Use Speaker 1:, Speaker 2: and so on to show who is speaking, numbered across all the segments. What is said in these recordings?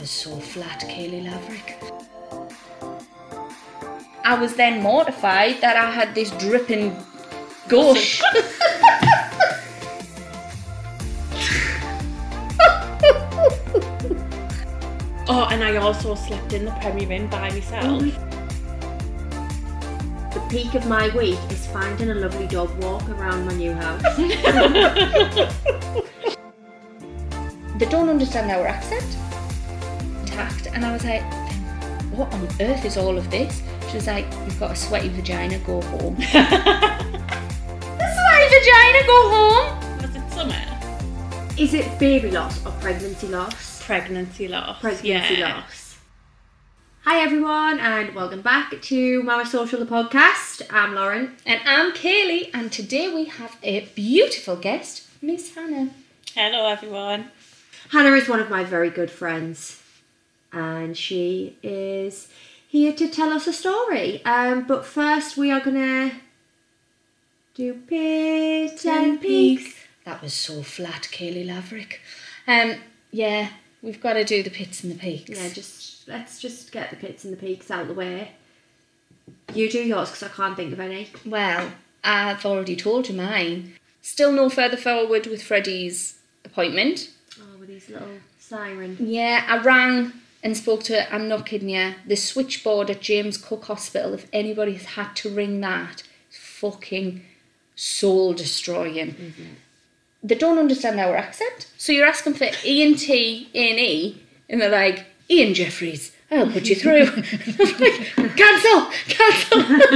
Speaker 1: was so flat, Kaylee Laverick. I was then mortified that I had this dripping gush.
Speaker 2: Oh, and I also slept in the Premier Inn by myself.
Speaker 3: The peak of my week is finding a lovely dog walk around my new house.
Speaker 1: they don't understand our accent. Tact. And I was like, what on earth is all of this? She was like, you've got a sweaty vagina, go home. a sweaty vagina, go home?
Speaker 2: Was it summer?
Speaker 3: is it baby loss or pregnancy loss?
Speaker 2: Pregnancy loss.
Speaker 3: Pregnancy
Speaker 2: yeah.
Speaker 3: loss. Hi everyone, and welcome back to Mama Social the podcast. I'm Lauren.
Speaker 1: And I'm Kaylee, and today we have a beautiful guest, Miss Hannah.
Speaker 2: Hello, everyone.
Speaker 3: Hannah is one of my very good friends, and she is here to tell us a story. Um, but first, we are gonna do pits and peaks.
Speaker 1: That was so flat, Kaylee Laverick. Um, yeah, we've got to do the pits and the peaks.
Speaker 3: Yeah, just let's just get the pits and the peaks out of the way. You do yours because I can't think of any.
Speaker 1: Well, I've already told you mine. Still no further forward with Freddie's appointment.
Speaker 3: Oh, with these little siren.
Speaker 1: Yeah, I rang and spoke to, I'm not kidding you, the switchboard at James Cook Hospital. If anybody's had to ring that, it's fucking soul destroying. They don't understand our accent. So you're asking for ENT, A&E, and they're like, Ian Jeffries, I'll put you through. I'm like, cancel, cancel. Who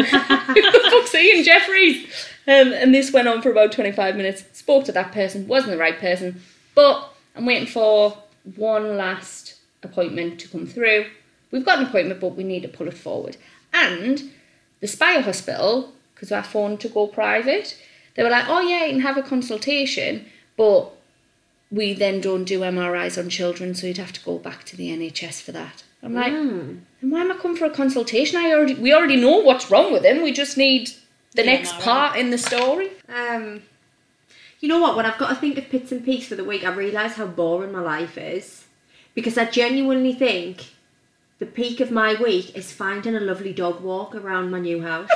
Speaker 1: the fuck's Ian Jeffries? Um, and this went on for about 25 minutes. Spoke to that person, wasn't the right person, but I'm waiting for one last appointment to come through. We've got an appointment, but we need to pull it forward. And the Spire Hospital, because I phoned to go private, they were like, oh yeah, you can have a consultation, but we then don't do MRIs on children, so you'd have to go back to the NHS for that. I'm like,
Speaker 3: Hmm.
Speaker 1: then why am I come for a consultation? I already we already know what's wrong with him. We just need the next
Speaker 2: MRI.
Speaker 1: part in the story.
Speaker 3: Um, you know what? When I've got to think of pits and peaks for the week, I realise how boring my life is because I genuinely think the peak of my week is finding a lovely dog walk around my new house.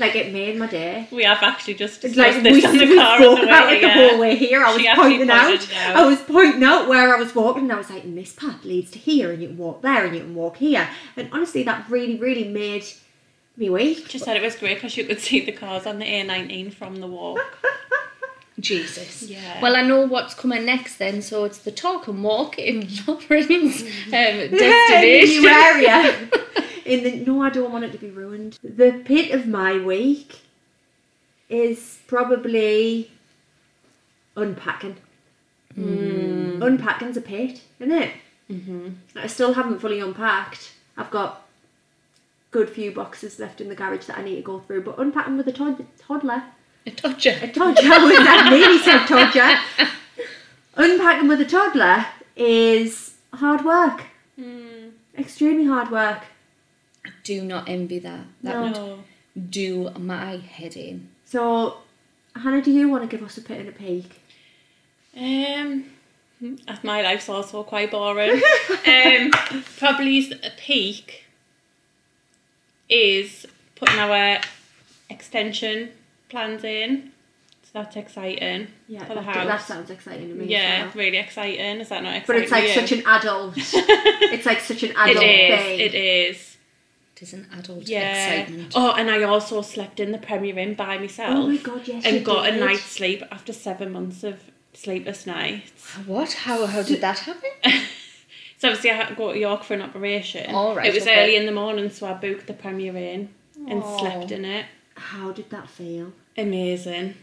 Speaker 3: like it made my day.
Speaker 2: We have actually just
Speaker 3: It's
Speaker 2: discussed
Speaker 3: like we,
Speaker 2: this on
Speaker 3: we
Speaker 2: the car on
Speaker 3: spoke
Speaker 2: the way.
Speaker 3: about it
Speaker 2: yeah.
Speaker 3: the whole way here. I was
Speaker 2: She actually
Speaker 3: pointing out,
Speaker 2: pointed it out.
Speaker 3: I was pointing out where I was walking, and I was like, and this path leads to here, and you can walk there, and you can walk here. And honestly, that really, really made me week.
Speaker 2: She said it was great because you could see the cars on the A19 from the walk.
Speaker 1: Jesus.
Speaker 2: Yeah.
Speaker 1: Well, I know what's coming next then, so it's the talk and walk in Lauren's
Speaker 2: Mm-hmm.
Speaker 1: um, destination.
Speaker 3: new area. In the no, I don't want it to be ruined. The pit of my week is probably unpacking. Unpacking's a pit, isn't it? Mm-hmm. I still haven't fully unpacked. I've got good few boxes left in the garage that I need to go through, but unpacking with a tod- toddler.
Speaker 1: A dodger.
Speaker 3: A toddler with that nearly said toddler. Unpacking with a toddler is hard work.
Speaker 2: Hmm.
Speaker 3: Extremely hard work.
Speaker 1: Do not envy that. That
Speaker 3: No.
Speaker 2: No.
Speaker 1: would do my head in.
Speaker 3: So, Hannah, do you want to give us a bit and a peek?
Speaker 2: Um, that's- my life's also quite boring. um, probably s- a peak is putting our extension plans in. So that's exciting
Speaker 3: Yeah,
Speaker 2: for the
Speaker 3: that,
Speaker 2: house.
Speaker 3: that sounds exciting to me. as
Speaker 2: yeah,
Speaker 3: well.
Speaker 2: really exciting. Is that not exciting?
Speaker 3: but it's like
Speaker 2: to
Speaker 3: such
Speaker 2: you?
Speaker 3: an adult. it's like such an adult
Speaker 2: It is.
Speaker 3: thing.
Speaker 2: It is.
Speaker 1: It is an adult
Speaker 2: Yeah.
Speaker 1: excitement.
Speaker 2: Oh, and I also slept in the Premier Inn by myself
Speaker 3: Oh my god, yes. you
Speaker 2: and got
Speaker 3: did.
Speaker 2: a night's sleep after seven months of sleepless nights.
Speaker 1: Oh, What? How, how did that happen?
Speaker 2: So obviously I had to go to York for an operation.
Speaker 1: All right,
Speaker 2: It was
Speaker 1: okay.
Speaker 2: early in the morning, so I booked the Premier Inn and
Speaker 1: Aw.
Speaker 2: slept in it.
Speaker 3: How did that feel?
Speaker 2: Amazing.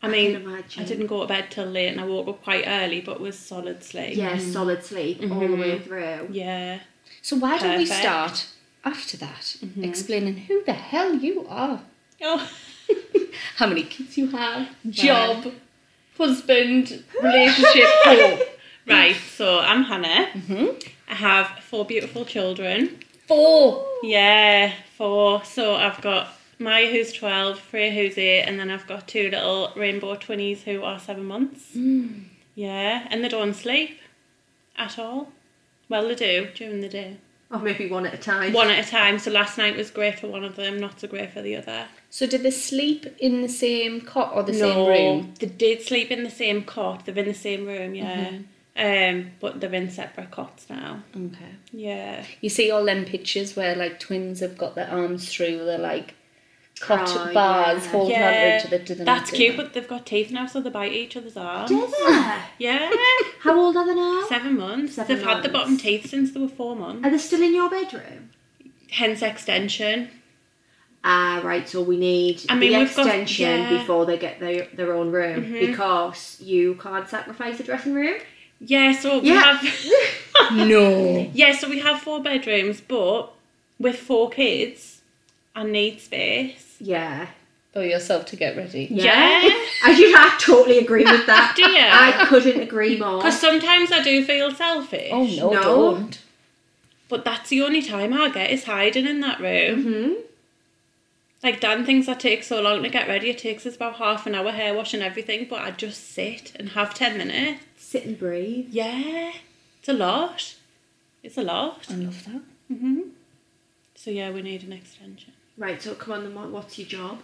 Speaker 2: I
Speaker 3: I
Speaker 2: mean,
Speaker 3: can imagine.
Speaker 2: I didn't go to bed till late, and I woke up quite early, but was solid sleep.
Speaker 3: Yeah, solid sleep all the
Speaker 2: Mm-hmm.
Speaker 3: way through.
Speaker 2: Yeah.
Speaker 1: So why don't we
Speaker 2: Perfect. Mm-hmm.
Speaker 1: start after that explaining who the hell you are,
Speaker 2: Oh.
Speaker 1: how many kids you have, job, husband, relationship, four.
Speaker 2: Right. So I'm Hannah.
Speaker 1: Mm-hmm.
Speaker 2: I have four beautiful children.
Speaker 1: Four.
Speaker 2: Yeah, four. So I've got Maya who's
Speaker 1: Hmm.
Speaker 2: twelve, Freya who's eight, and then I've got two little rainbow twinnies who are seven months. Yeah, and they don't sleep at all. Well, they do during the day.
Speaker 3: Or Oh, maybe one at a time.
Speaker 2: One at a time. So last night was great for one of them, not so great for the other.
Speaker 1: So did they sleep in the same cot or the same
Speaker 2: no,
Speaker 1: room?
Speaker 2: They did sleep in the same cot. They're in the same room, yeah.
Speaker 1: Mm-hmm.
Speaker 2: Um, but they're in separate cots now.
Speaker 1: Okay.
Speaker 2: Yeah.
Speaker 1: You see all them pictures where like twins have got their arms through the like cot
Speaker 3: Oh,
Speaker 1: bars
Speaker 3: yeah.
Speaker 1: holding
Speaker 2: Yeah,
Speaker 1: on to the to the
Speaker 2: That's
Speaker 1: neck.
Speaker 2: cute, but they've got teeth now, so they bite each other's arms.
Speaker 3: Do they?
Speaker 2: Yeah.
Speaker 3: How old are they now?
Speaker 2: Seven months. they
Speaker 3: Seven
Speaker 2: They've had the
Speaker 3: months.
Speaker 2: bottom teeth since they were four months.
Speaker 3: Are they still in your bedroom?
Speaker 2: Hence extension.
Speaker 3: Ah, right. So we need
Speaker 2: I mean,
Speaker 3: the
Speaker 2: we've got-
Speaker 3: extension
Speaker 2: yeah. Mm-hmm.
Speaker 3: before they get their their own room because you can't sacrifice a dressing room.
Speaker 2: Yeah, so we
Speaker 3: Yeah.
Speaker 2: have
Speaker 1: No.
Speaker 2: Yeah, so we have four bedrooms, but with four kids, I need space.
Speaker 3: Yeah.
Speaker 1: For yourself to get ready.
Speaker 2: Yeah.
Speaker 3: I do. I totally agree with that.
Speaker 2: Do you?
Speaker 3: I couldn't agree more.
Speaker 2: Because sometimes I do feel selfish.
Speaker 1: Oh no,
Speaker 3: No.
Speaker 1: don't.
Speaker 2: But that's the only time I get is hiding in that room.
Speaker 3: hmm
Speaker 2: Like Dan thinks I take so long to get ready. It takes us about half an hour hair wash and everything, but I just sit and have ten minutes.
Speaker 3: Sit and breathe.
Speaker 2: Yeah, it's a lot. It's a lot.
Speaker 1: I love that.
Speaker 3: Mm-hmm.
Speaker 2: hmm So yeah, we need an extension.
Speaker 3: Right. So come on. Then what, what's your job?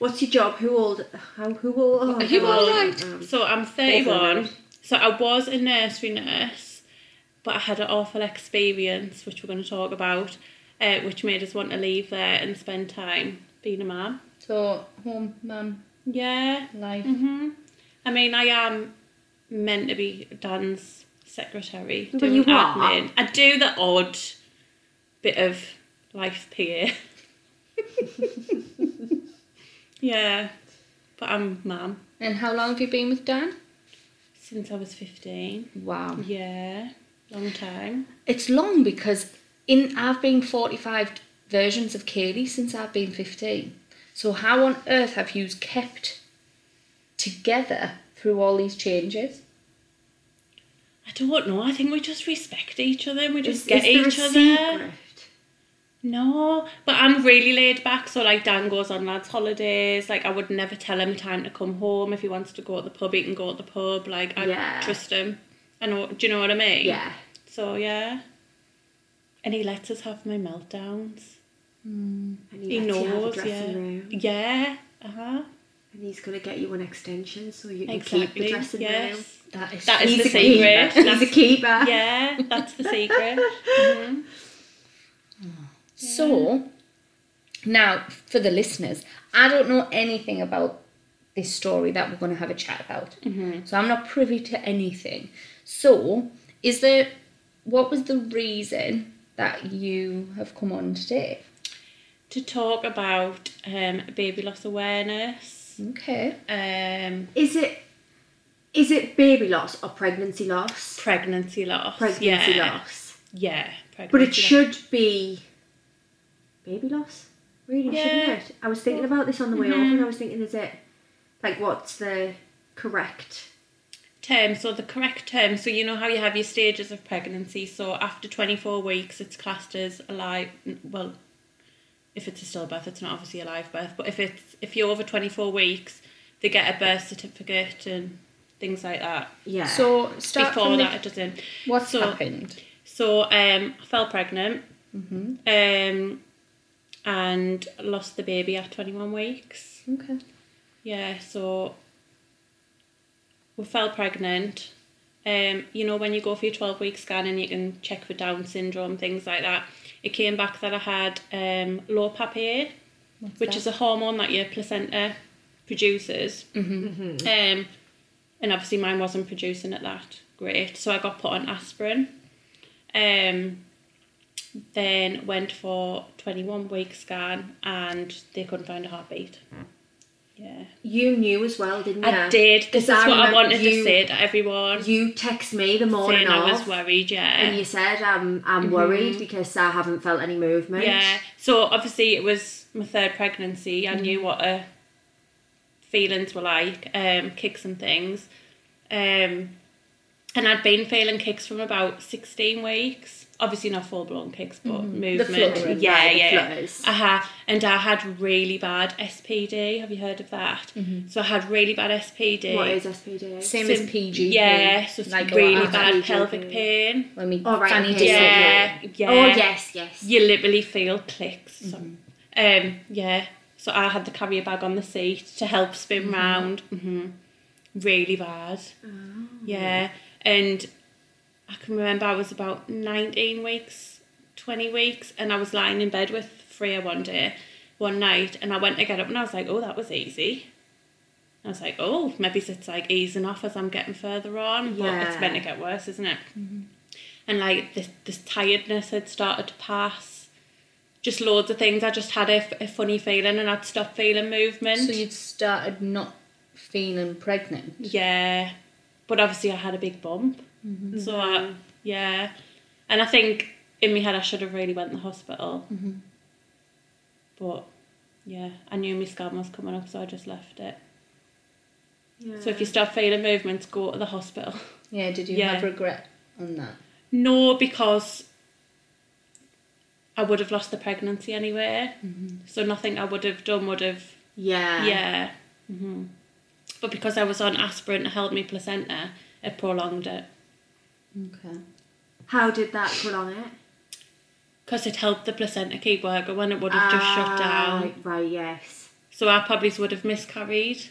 Speaker 3: What's your job? Who old? How? Who old? Oh,
Speaker 1: you
Speaker 3: how old-
Speaker 1: alright?
Speaker 3: um,
Speaker 2: So I'm
Speaker 3: Awful,
Speaker 2: 31.
Speaker 3: right?
Speaker 2: So I was a nursery nurse, but I had an awful experience, which we're going to talk about, uh, which made us want to leave there and spend time being a mum.
Speaker 1: So home, mum,
Speaker 2: Yeah.
Speaker 1: life.
Speaker 2: hmm I mean, I am meant to be Dan's secretary.
Speaker 3: But
Speaker 2: doing
Speaker 3: you are.
Speaker 2: admin. I do the odd bit of life PA. yeah, but I'm mum
Speaker 1: And how long have you been with Dan?
Speaker 2: since I was 15.
Speaker 1: Wow.
Speaker 2: Yeah, long time.
Speaker 1: It's long because in I've been 45 versions of Katie since I've been 15. So how on earth have you kept together through all these changes?
Speaker 2: I don't know. I think we just respect each other and we just
Speaker 3: is-
Speaker 2: get
Speaker 3: is there a
Speaker 2: each other.
Speaker 3: secret?
Speaker 2: No, but I'm really laid back. So like Dan goes on lads' holidays. Like I would never tell him time to come home. If he wants to go to the pub, he can go to the pub. Like I
Speaker 3: Yeah.
Speaker 2: trust him. I know. Do you know what I mean?
Speaker 3: Yeah.
Speaker 2: So yeah. And he lets us have my meltdowns.
Speaker 3: And
Speaker 2: He
Speaker 3: lets you have a
Speaker 2: knows.
Speaker 3: dressing
Speaker 2: Yeah.
Speaker 3: room.
Speaker 2: Yeah. Uh huh.
Speaker 3: And he's gonna get you an extension so you can keep
Speaker 2: Exactly.
Speaker 3: the dressing
Speaker 2: yes.
Speaker 3: room.
Speaker 1: That is
Speaker 2: That is
Speaker 3: He's
Speaker 2: the
Speaker 3: a keeper.
Speaker 2: secret.
Speaker 3: He's a
Speaker 2: That's-
Speaker 3: keeper.
Speaker 2: Yeah, that's the secret. Mhm.
Speaker 1: So, now for the listeners, I don't know anything about this story that we're going to have a chat about. So, I'm not privy to anything. So, is there what was the reason that you have come on today?
Speaker 2: To talk about um, baby loss awareness.
Speaker 1: Okay,
Speaker 2: Um,
Speaker 3: Is it is it baby loss or pregnancy loss?
Speaker 2: pregnancy loss.
Speaker 3: Pregnancy
Speaker 2: yeah.
Speaker 3: loss.
Speaker 2: Yeah, pregnancy
Speaker 3: But it
Speaker 2: loss.
Speaker 3: should be baby loss. Really,
Speaker 2: Yeah. Mm-hmm.
Speaker 3: shouldn't it? I was thinking about this on the way over and I was thinking, is it like what's the correct
Speaker 2: term. So the correct term. So you know how you have your stages of pregnancy. So after twenty four weeks, it's classed as alive. Well, if it's a stillbirth, it's not obviously a live birth. But if it's if you're over twenty four weeks, they get a birth certificate and things like that.
Speaker 3: Yeah.
Speaker 1: so start
Speaker 2: Before
Speaker 1: from
Speaker 2: that,
Speaker 1: the,
Speaker 2: it doesn't.
Speaker 1: what's
Speaker 2: so-
Speaker 1: happened.
Speaker 2: So um, I fell pregnant. Um, and lost the baby at twenty one weeks.
Speaker 1: Okay,
Speaker 2: Yeah, so we fell pregnant. Um, you know, when you go for your 12 week scan and you can check for Down syndrome, things like that, it came back that I had um, low papier, which is a hormone that your placenta produces. Mm-hmm. Um, and obviously mine wasn't producing at that great, so I got put on aspirin. Um, then went for 21 week scan and they couldn't find a heartbeat. Yeah.
Speaker 3: you knew as well, didn't you?
Speaker 2: I did. This is what
Speaker 3: I
Speaker 2: I
Speaker 3: remember
Speaker 2: wanted
Speaker 3: you-
Speaker 2: to say to everyone.
Speaker 3: You text me the
Speaker 2: saying
Speaker 3: morning of
Speaker 2: I was worried,
Speaker 3: and
Speaker 2: yeah. Mm-hmm.
Speaker 3: you said I'm I'm worried because I haven't felt any movement.
Speaker 2: Yeah. So obviously it was my third pregnancy. I
Speaker 3: Mm.
Speaker 2: knew what uh, feelings were like, um, kicks and things. Um, and I'd been feeling kicks from about 16 weeks. obviously not full blown pics, but
Speaker 1: The
Speaker 2: movement.
Speaker 1: fluttering,
Speaker 2: yeah,
Speaker 3: Mm-hmm. right, the
Speaker 2: yeah.
Speaker 3: flutters.
Speaker 2: Uh-huh. And I had really bad SPD. Have you heard of that? So I had really bad SPD.
Speaker 3: Mm-hmm. What is SPD?
Speaker 1: Same
Speaker 2: Sim-
Speaker 1: as PGP.
Speaker 2: Yeah, so it's
Speaker 1: like a lot
Speaker 2: really
Speaker 1: of
Speaker 2: bad
Speaker 1: PGP.
Speaker 2: pelvic pain.
Speaker 1: When we
Speaker 3: Oh, right,
Speaker 1: Fanny
Speaker 3: okay.
Speaker 1: did
Speaker 2: Yeah, yeah.
Speaker 3: Oh yes, yes. Mm-hmm.
Speaker 2: You literally feel clicks. So. Um, yeah. So I had the carrier bag on the seat to help spin
Speaker 3: Mm-hmm.
Speaker 2: round. hmm Really bad.
Speaker 3: Oh.
Speaker 2: Yeah. And I can remember I was about 19 weeks, 20 weeks, and I was lying in bed with Freya one day, one night, and I went to get up and I was like, oh, that was easy. I was like, oh, maybe it's like easing off as I'm getting further on, but it's
Speaker 3: Yeah.
Speaker 2: meant to get worse, isn't it? And like this, this tiredness had started to pass. Just loads of things. I just had a, f- a funny feeling and I'd stopped feeling movement.
Speaker 1: So you'd started not feeling pregnant.
Speaker 2: Yeah, but obviously I had a big bump, so I, yeah, and I think in my head I should have really went to the hospital, but yeah, I knew my scan was coming up, so I just left it.
Speaker 3: Yeah.
Speaker 2: So if you stop feeling movements, go to the hospital.
Speaker 1: Yeah, did you
Speaker 2: Yeah.
Speaker 1: have regret on that?
Speaker 2: No, because I would have lost the pregnancy anyway,
Speaker 3: Mm-hmm.
Speaker 2: so nothing I would have done would have
Speaker 3: yeah.
Speaker 2: yeah.
Speaker 3: Mm-hmm.
Speaker 2: hmm But because I was on aspirin to help me placenta, it prolonged it.
Speaker 1: Okay.
Speaker 3: How did that prolong it?
Speaker 2: because it helped the placenta keep working when it would have just shut down.
Speaker 3: Ah, Right. Yes.
Speaker 2: So I probably would have miscarried.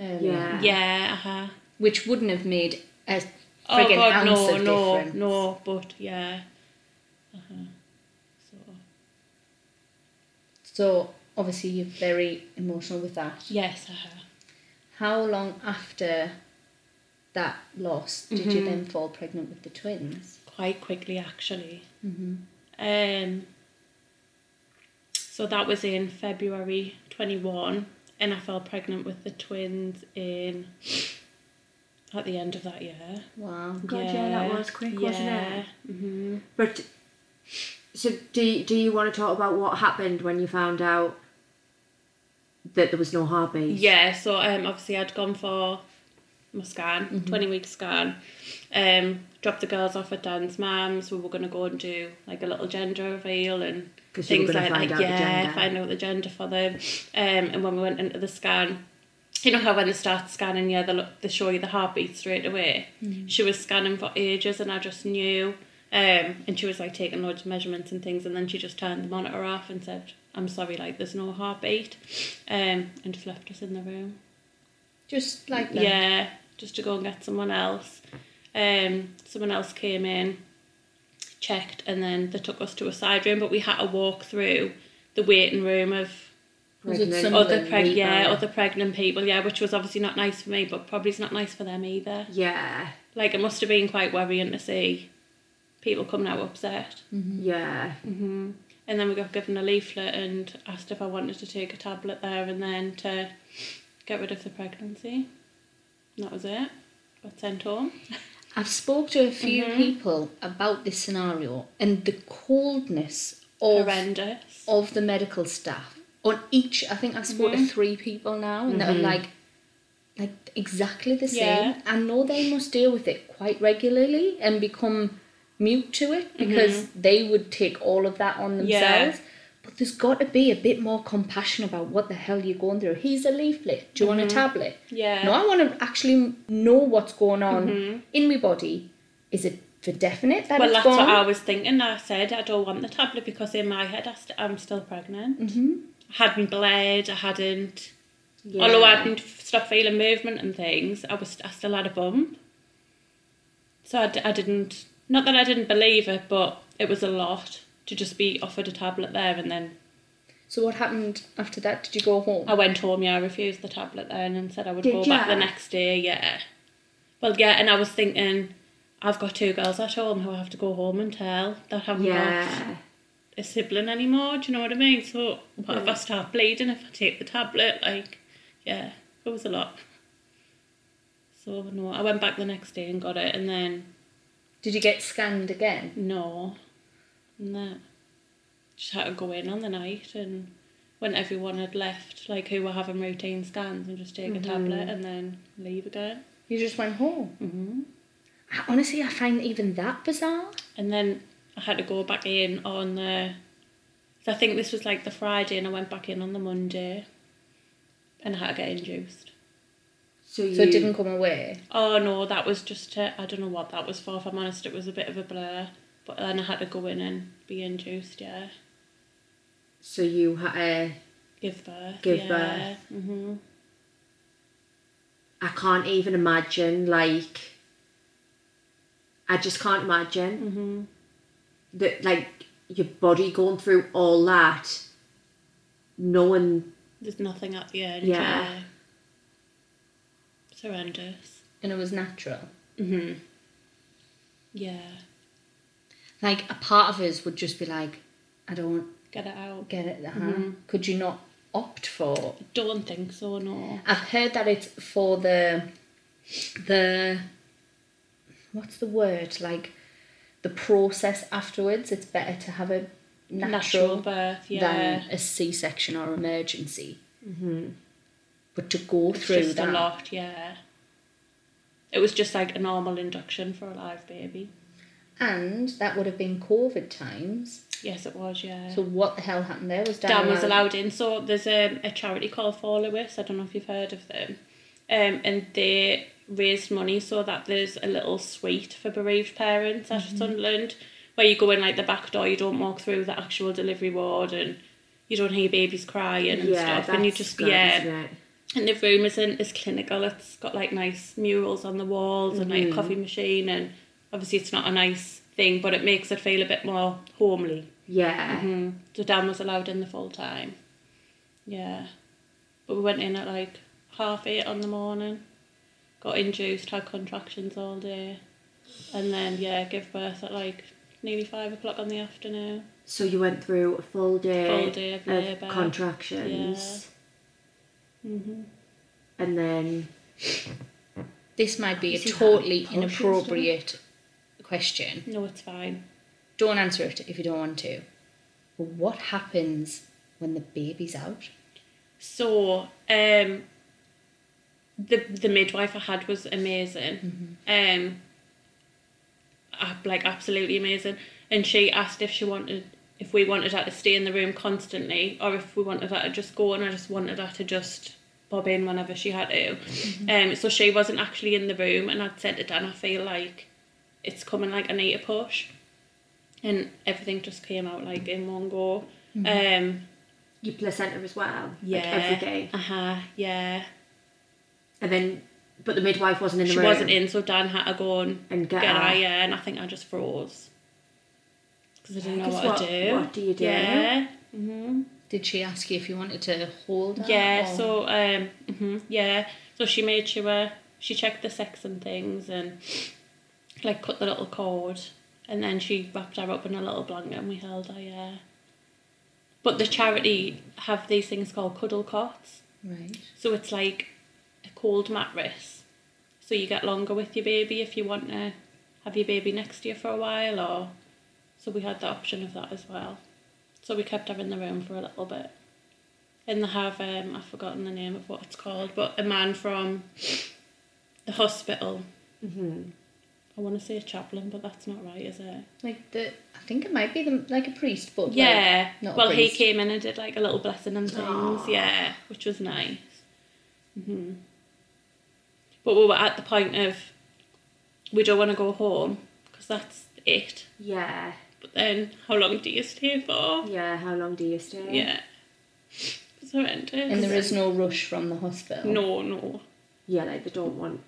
Speaker 1: Earlier.
Speaker 3: Yeah.
Speaker 2: Yeah, uh-huh.
Speaker 1: Which wouldn't have made a friggin'
Speaker 2: Oh god,
Speaker 1: ounce
Speaker 2: no,
Speaker 1: of
Speaker 2: no,
Speaker 1: difference.
Speaker 2: no, but yeah. Uh-huh. So
Speaker 1: So obviously you're very emotional with that.
Speaker 2: yes, uh-huh.
Speaker 1: How long after that loss did you then fall pregnant with the twins?
Speaker 2: quite quickly actually. Mm-hmm. Um. So that was in February twenty one, and I fell pregnant with the twins in at the end of that year.
Speaker 1: Wow.
Speaker 3: God, yeah, that was quick, wasn't it?
Speaker 2: Mm-hmm.
Speaker 3: But so do you, do you want to talk about what happened when you found out that there was no heartbeat?
Speaker 2: Yeah, so um, obviously I'd gone for my scan,
Speaker 3: Mm-hmm.
Speaker 2: 20 week scan. Um, dropped the girls off at Dan's mum's. We were going to go and do like a little gender reveal and
Speaker 3: 'Cause you
Speaker 2: things
Speaker 3: were gonna
Speaker 2: like
Speaker 3: find
Speaker 2: that.
Speaker 3: out the
Speaker 2: yeah,
Speaker 3: gender.
Speaker 2: find out the gender for them. Um, and when we went into the scan, you know how when they start scanning, yeah, they, look, they show you the heartbeat straight away.
Speaker 3: Mm.
Speaker 2: She was scanning for ages, and I just knew. Um, and she was like taking loads of measurements and things, and then she just turned the monitor off and said, "I'm sorry, like there's no heartbeat," um, and just left us in the room.
Speaker 1: Just like that.
Speaker 2: Yeah, just to go and get someone else. Um, someone else came in, checked, and then they took us to a side room. But we had to walk through the waiting room of
Speaker 1: Was it
Speaker 3: Pregnant.
Speaker 1: some-
Speaker 2: other
Speaker 1: Other
Speaker 2: preg- yeah,
Speaker 3: people.
Speaker 2: other pregnant people, yeah, which was obviously not nice for me, but probably it's not nice for them either.
Speaker 3: Yeah.
Speaker 2: Like it must have been quite worrying to see people coming out upset.
Speaker 3: Yeah.
Speaker 2: Mm. And then we got given a leaflet and asked if I wanted to take a tablet there and then to get rid of the pregnancy. And that was it. Got sent home.
Speaker 1: I've spoke to a few people about this scenario and the coldness of
Speaker 2: horrendous.
Speaker 1: of the medical staff on each i think i spoke to
Speaker 2: Mm-hmm.
Speaker 1: three people now and they're like like exactly the same
Speaker 2: Yeah.
Speaker 1: i know they must deal with it quite regularly and become mute to it because they would take all of that on
Speaker 2: Mm-hmm. Yeah.
Speaker 1: themselves but there's got to be a bit more compassion about what the hell you're going through here's a leaflet do you want a tablet
Speaker 2: Mm-hmm. Yeah. Mm-hmm.
Speaker 1: no i want to actually know what's going on in my body is it for definite that
Speaker 2: well,
Speaker 1: it's
Speaker 2: that's
Speaker 1: gone
Speaker 2: what I was thinking. I said I don't want the tablet because in my head I st- I'm still pregnant. Mm-hmm. I hadn't bled. I hadn't.
Speaker 3: Yeah.
Speaker 2: Although I hadn't f- stopped feeling movement and things, I was I still had a bump. So I, d- I didn't. Not that I didn't believe it, but it was a lot to just be offered a tablet there and then
Speaker 1: so what happened after that did you go home
Speaker 2: I went home, yeah, I refused the tablet then and said I would
Speaker 3: Did
Speaker 2: go back the
Speaker 3: ya?
Speaker 2: next day, yeah. Well, yeah, and I was thinking, I've got two girls at home who I have to go home and tell that haven't got
Speaker 3: Yeah.
Speaker 2: a sibling anymore, do you know what I mean? So, what if I start bleeding if I take the tablet? Like, yeah, it was a lot. So, no, I went back the next day and got it, and then,
Speaker 1: Did you get scanned again?
Speaker 2: no, and that. Just had to go in on the night and when everyone had left, like who were having routine scans, and just take a tablet and then leave again.
Speaker 1: "Oh." You just went home. Mm-hmm. I, honestly, I find even that bizarre.
Speaker 2: And then I had to go back in on the. So I think this was like the Friday, and I went back in on the Monday, and I had to get induced.
Speaker 3: So you
Speaker 1: So it didn't come away.
Speaker 2: Oh no, that was just to, I don't know what that was for. If I'm honest, it was a bit of a blur. But then I had to go in and be induced. Yeah,
Speaker 3: So you had. Uh,
Speaker 2: give birth.
Speaker 3: Give
Speaker 2: yeah. hmm
Speaker 3: I can't even imagine. Like, I just can't imagine
Speaker 2: Mm-hmm.
Speaker 3: that. Like your body going through all that, knowing
Speaker 2: There's nothing at the end.
Speaker 3: Yeah.
Speaker 2: yeah. It's horrendous.
Speaker 1: And it was natural.
Speaker 2: Mm-hmm. Yeah.
Speaker 1: Like a part of us would just be like, I don't
Speaker 2: Get it out.
Speaker 1: get it. Huh?
Speaker 2: Mm-hmm.
Speaker 1: Could you not opt for?
Speaker 2: Don't think so. No.
Speaker 1: I've heard that it's for the the what's the word like the process afterwards. It's better to have a natural,
Speaker 2: birth. Yeah.
Speaker 1: than a C section or emergency. Mm-hmm. But to go
Speaker 2: It's
Speaker 1: through
Speaker 2: just
Speaker 1: that,
Speaker 2: a lot. Yeah. It was just like a normal induction for a live baby.
Speaker 1: and that would have been COVID times.
Speaker 2: Yes, it was. Yeah.
Speaker 1: So what the hell happened there was Dan,
Speaker 2: Dan was
Speaker 1: Lang-
Speaker 2: allowed in. So there's um, a charity called For Lewis. I don't know if you've heard of them. Um, and they raised money so that there's a little suite for bereaved parents at
Speaker 3: Mm-hmm.
Speaker 2: Sunderland where you go in like the back door, you don't walk through the actual delivery ward and you don't hear babies crying and
Speaker 3: yeah,
Speaker 2: stuff. And you
Speaker 3: that's
Speaker 2: just,
Speaker 3: good,
Speaker 2: yeah.
Speaker 3: isn't it?
Speaker 2: And the room isn't as clinical. It's got like nice murals on the walls and
Speaker 3: Mm-hmm.
Speaker 2: like a coffee machine. And obviously, it's not a nice thing, but it makes it feel a bit more homely.
Speaker 3: Yeah.
Speaker 2: Mm. So Dan was allowed in the full time. Yeah. But we went in at like half eight on the morning, got induced, had contractions all day, and then, yeah, give birth at like nearly five o'clock on the afternoon.
Speaker 3: So you went through a full day,
Speaker 2: Full day of Mm-hmm. labour.
Speaker 3: contractions. And then
Speaker 1: This might be a
Speaker 3: Isn't that
Speaker 1: totally
Speaker 3: portion stuff?
Speaker 1: inappropriate question.
Speaker 2: No, it's fine.
Speaker 1: Don't answer it if you don't want to. But what happens when the baby's out?
Speaker 2: So, um, the the midwife I had was amazing. Um, ab- like absolutely amazing. And she asked if she wanted if we wanted her to stay in the room constantly or if we wanted her to just go and I just wanted her to just bob in whenever she had to. Um, so she wasn't actually in the room and I'd said it and I feel like it's coming like I need a push. And everything just came out like in one go. Um
Speaker 3: your placenta as well.
Speaker 2: yeah.
Speaker 3: Like every day.
Speaker 2: Uh huh. Yeah.
Speaker 3: And then, but the midwife wasn't in the
Speaker 2: she
Speaker 3: room.
Speaker 2: wasn't in, so Dan had to go and
Speaker 3: And get,
Speaker 2: get her.
Speaker 3: her.
Speaker 2: yeah, and I think I just froze because I didn't
Speaker 3: Yeah,
Speaker 2: know
Speaker 3: 'cause
Speaker 2: what,
Speaker 3: what-
Speaker 2: to do.
Speaker 3: what do you do?
Speaker 2: Yeah.
Speaker 1: Did she ask you if you wanted to hold her?
Speaker 2: Yeah.
Speaker 3: Oh.
Speaker 1: or-
Speaker 2: So um. hmm yeah. So she made sure she checked the sex and things and like cut the little cord, and then she wrapped her up in a little blanket and we held her. Yeah. But the charity have these things called cuddle cots.
Speaker 1: Right.
Speaker 2: So it's like a cold mattress. So you get longer with your baby if you want to have your baby next to you for a while, or so we had the option of that as well. So we kept her in the room for a little bit. And they have um, I've forgotten the name of what it's called, but a man from the hospital. Mm-hmm. I want to say a chaplain, but that's not right, is it?
Speaker 1: Like the, I think it might be the like a priest, but like,
Speaker 2: Yeah.
Speaker 1: not a
Speaker 2: well, he
Speaker 1: priest.
Speaker 2: came in and did like a little blessing and things.
Speaker 3: Aw.
Speaker 2: Yeah, which was nice. hmm But we were at the point of we don't want to go home because that's it.
Speaker 3: Yeah.
Speaker 2: But then, how long do you stay for?
Speaker 3: Yeah. How long do you stay?
Speaker 2: Yeah, it's horrendous.
Speaker 1: and there is no rush from the hospital.
Speaker 2: no, no,
Speaker 3: Yeah, like they don't want.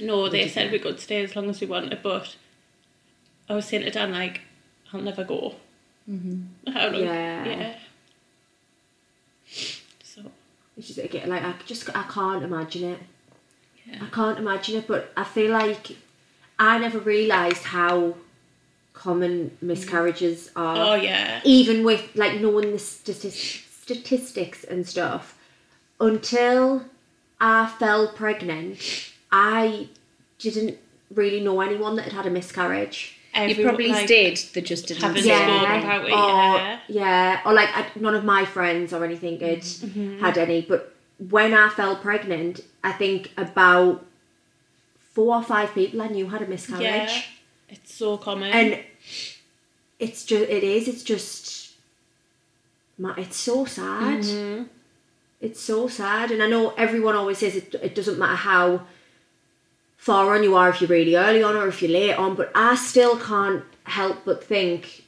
Speaker 2: no. They said we could stay as long as we wanted, but I was saying to Dan like, I'll never go. Mm-hmm. How long?
Speaker 3: Yeah.
Speaker 2: yeah. So.
Speaker 3: It's just again, like I just I can't imagine it.
Speaker 2: Yeah.
Speaker 3: I can't imagine it, but I feel like I never realised how common miscarriages are.
Speaker 2: Oh yeah.
Speaker 3: even with like knowing the statis- statistics and stuff, until I fell pregnant, I didn't really know anyone that had had a miscarriage.
Speaker 1: You
Speaker 2: Everyone,
Speaker 1: probably
Speaker 2: like,
Speaker 1: did. They just didn't.
Speaker 2: haven't
Speaker 1: say
Speaker 2: Yeah.
Speaker 1: anything.
Speaker 2: spoken about it, yeah.
Speaker 3: or, yeah, or like I, none of my friends or anything had
Speaker 2: Mm-hmm,
Speaker 3: had any. But when I fell pregnant, I think about four or five people I knew had a miscarriage,
Speaker 2: Mm-hmm. Yeah, it's so common.
Speaker 3: and it's just it is it's just ma- it's so sad it's so sad and i know everyone always says it, it doesn't matter how far on you are if you're really early on or if you're late on but i still can't help but think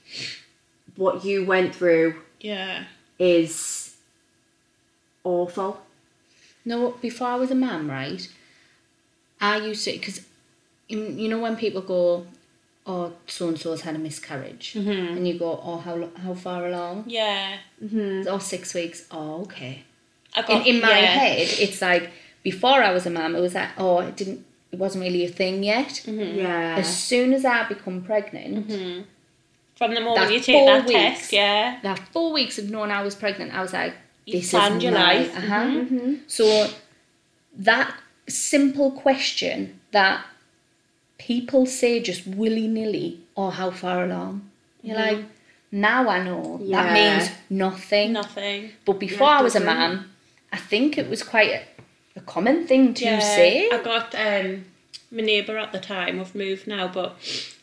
Speaker 3: what you went through
Speaker 2: Yeah.
Speaker 3: is awful
Speaker 1: No, before I was a mum, right, I used to, because you know when people go, oh, so and so's had a miscarriage, and you go, oh, how, lo- how far along?
Speaker 2: Yeah.
Speaker 1: Oh, six weeks. Oh, okay.
Speaker 2: I got,
Speaker 1: In, in my
Speaker 2: Oh, yeah.
Speaker 1: head, it's like, before I was a mum, it was like, oh, it didn't, it wasn't really a thing yet.
Speaker 3: Mm-hmm. yeah
Speaker 1: As soon as I become pregnant,
Speaker 2: Mm-hmm. Hmm. From the moment
Speaker 1: That's
Speaker 2: you
Speaker 1: four
Speaker 2: take that
Speaker 1: weeks.
Speaker 2: test, yeah.
Speaker 1: that four weeks of knowing I was pregnant, I was like,
Speaker 2: You
Speaker 1: this
Speaker 2: planned
Speaker 1: is
Speaker 2: your
Speaker 1: my-
Speaker 2: life.
Speaker 1: Uh-huh. So that simple question that people say just willy nilly, or how far along? You're like, now I know that
Speaker 3: Yeah.
Speaker 1: means nothing.
Speaker 2: Nothing.
Speaker 1: But before I was a
Speaker 3: doesn't.
Speaker 1: man, I think it was quite a, a common thing to say.
Speaker 2: I got um, my neighbour at the time, I've moved now, but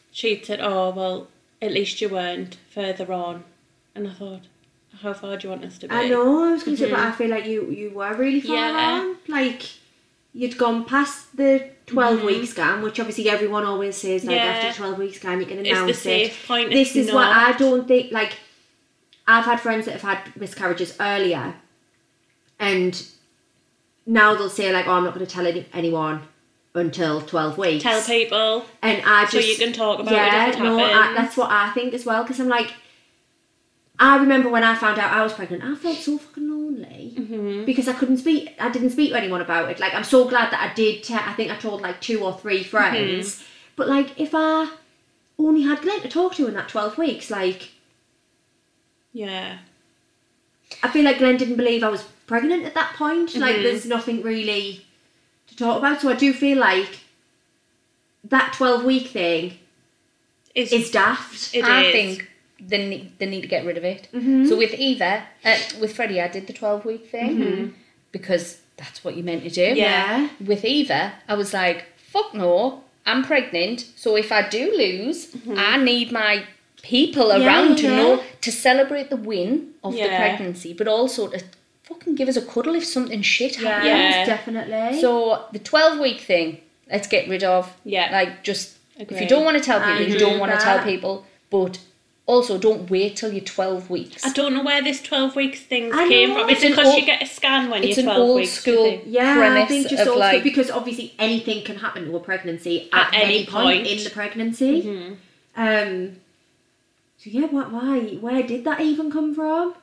Speaker 2: she said, Oh, well, at least you weren't further on. And I thought, How far do you want us to be?
Speaker 3: I know. I was going to say, but I feel like you you were really far
Speaker 2: mm-hmm. Yeah.
Speaker 3: on. Like you'd gone past the twelve week scan, which obviously everyone always says like
Speaker 2: Mm-hmm. Yeah.
Speaker 3: after twelve week scan you can
Speaker 2: It's the
Speaker 3: announce it.
Speaker 2: safe point.
Speaker 3: This
Speaker 2: it's
Speaker 3: is what
Speaker 2: not.
Speaker 3: I don't think. Like I've had friends that have had miscarriages earlier, and now they'll say like, "Oh, I'm not going to tell any- anyone." Until twelve weeks,
Speaker 2: Tell people
Speaker 3: and I just
Speaker 2: so you can talk about it if it
Speaker 3: no, I,
Speaker 2: happens.
Speaker 3: that's what I think as well. Because I'm like, I remember when I found out I was pregnant, I felt so fucking lonely
Speaker 2: Mm-hmm.
Speaker 3: because I couldn't speak. I didn't speak to anyone about it. Like, I'm so glad that I did. Te- I think I told like two or three friends.
Speaker 2: Mm-hmm.
Speaker 3: But like, if I only had Glenn to talk to in that 12 weeks, like,
Speaker 2: Yeah.
Speaker 3: I feel like Glenn didn't believe I was pregnant at that point. Like,
Speaker 2: Mm-hmm.
Speaker 3: there's nothing really to talk about. So I do feel like that 12 week thing
Speaker 2: It's,
Speaker 3: is daft.
Speaker 2: it
Speaker 1: I
Speaker 2: is. Mm-hmm.
Speaker 1: think they need, they need to get rid of it. So with Eva, uh, with Freddie, I did the 12 week thing because that's what you meant to do.
Speaker 2: Mm-hmm. Yeah.
Speaker 1: With Eva, I was like, fuck no, I'm pregnant. So if I do lose,
Speaker 2: Mm-hmm.
Speaker 1: I need my people
Speaker 3: Yeah,
Speaker 1: around to
Speaker 3: yeah.
Speaker 1: know to celebrate the win of the
Speaker 2: Yeah.
Speaker 1: pregnancy, but also to fucking give us a cuddle if something shit happens.
Speaker 2: Yeah.
Speaker 3: definitely.
Speaker 1: So the 12 week thing, let's get rid of.
Speaker 2: Yeah.
Speaker 1: Like just if
Speaker 2: Agree.
Speaker 1: you don't want to tell people,
Speaker 3: I
Speaker 1: you
Speaker 3: agree
Speaker 1: don't
Speaker 3: with
Speaker 1: want to tell
Speaker 3: that.
Speaker 1: people, but also don't wait till you're 12 weeks.
Speaker 2: I don't know where this 12 weeks thing
Speaker 3: I
Speaker 2: came
Speaker 3: know.
Speaker 2: from. It's
Speaker 1: It's an
Speaker 2: because
Speaker 1: old-
Speaker 2: you get a scan when
Speaker 1: It's
Speaker 2: you're
Speaker 1: an
Speaker 2: 12
Speaker 1: old
Speaker 2: weeks. I
Speaker 1: school
Speaker 2: think.
Speaker 3: yeah, I
Speaker 1: premise
Speaker 3: think just
Speaker 1: of
Speaker 3: also
Speaker 1: like
Speaker 3: because obviously anything can happen to a pregnancy
Speaker 2: At
Speaker 3: at,
Speaker 2: any
Speaker 3: any, point,
Speaker 2: point.
Speaker 3: in the pregnancy.
Speaker 2: Mm-hmm.
Speaker 1: Mm-hmm.
Speaker 3: Um, so yeah, why, why, where did that even come from?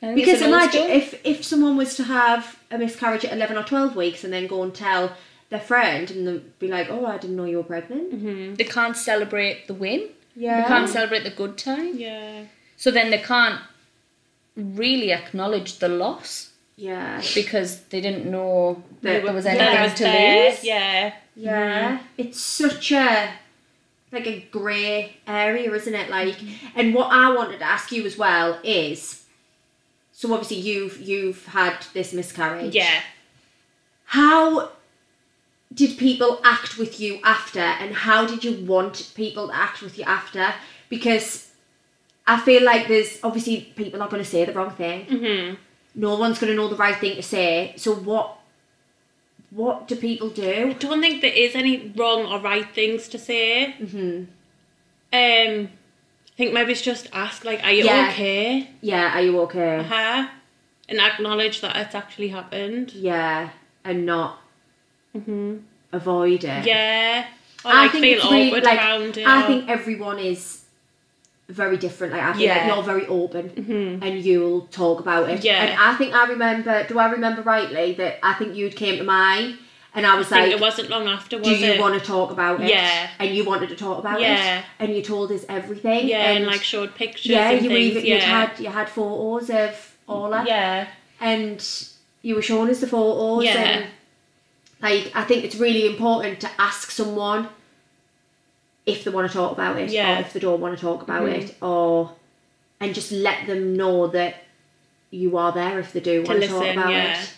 Speaker 3: Because imagine if if someone was to have a miscarriage at eleven or twelve weeks and then go and tell their friend and then be like, "Oh, I didn't know you were pregnant."
Speaker 1: they can't celebrate the win, they
Speaker 3: Yeah,
Speaker 1: Mm. can't celebrate the good time,
Speaker 2: Yeah.
Speaker 1: so then they can't really acknowledge the loss
Speaker 3: yeah,
Speaker 1: because they didn't know
Speaker 3: They
Speaker 1: there was
Speaker 3: were-
Speaker 1: anything
Speaker 2: That was
Speaker 1: to
Speaker 2: there,
Speaker 1: lose.
Speaker 2: Yeah.
Speaker 3: yeah. Mm-hmm. It's such a like a grey area, isn't it? Like, and what I wanted to ask you as well is, so obviously you've you've had this miscarriage.
Speaker 2: Yeah.
Speaker 3: How did people act with you after, and how did you want people to act with you after? Because I feel like there's obviously people are going to say the wrong thing.
Speaker 2: Mhm.
Speaker 3: No one's going to know the right thing to say. So what? What do people do?
Speaker 2: I don't think there is any wrong or right things to say.
Speaker 3: Mhm.
Speaker 2: Um, I think maybe it's just ask, like, are you
Speaker 3: Yeah.
Speaker 2: okay?
Speaker 3: Yeah, are you okay?
Speaker 2: Uh-huh. And acknowledge that it's actually happened.
Speaker 3: Yeah, and not
Speaker 2: Mm-hmm.
Speaker 3: avoid it.
Speaker 2: Yeah. Or,
Speaker 3: I
Speaker 2: like,
Speaker 3: think
Speaker 2: feel
Speaker 3: it's really,
Speaker 2: awkward
Speaker 3: like,
Speaker 2: around it.
Speaker 3: I
Speaker 2: or-
Speaker 3: think everyone is very different. Like I feel
Speaker 2: Yeah.
Speaker 3: like you're very open,
Speaker 2: Mm-hmm.
Speaker 3: and you'll talk about it.
Speaker 2: Yeah.
Speaker 3: And I think I remember. Do I remember rightly that I think you came to mine, and I was
Speaker 2: I think
Speaker 3: like,
Speaker 2: it wasn't long after, was
Speaker 3: "Do you
Speaker 2: it?
Speaker 3: want to talk about it?"
Speaker 2: Yeah.
Speaker 3: And you wanted to talk about
Speaker 2: Yeah.
Speaker 3: it, and you told us everything.
Speaker 2: yeah, and, like showed pictures
Speaker 3: yeah,
Speaker 2: and
Speaker 3: you
Speaker 2: things.
Speaker 3: even
Speaker 2: yeah.
Speaker 3: you had you had photos of all of
Speaker 2: yeah.
Speaker 3: and you were showing us the photos
Speaker 2: Yeah.
Speaker 3: and like I think it's really important to ask someone if they want to talk about it
Speaker 2: Yeah. Mm.
Speaker 3: or if they don't want to talk about it or and just let them know that you are there if they do want to talk
Speaker 2: listen,
Speaker 3: about
Speaker 2: yeah.
Speaker 3: it.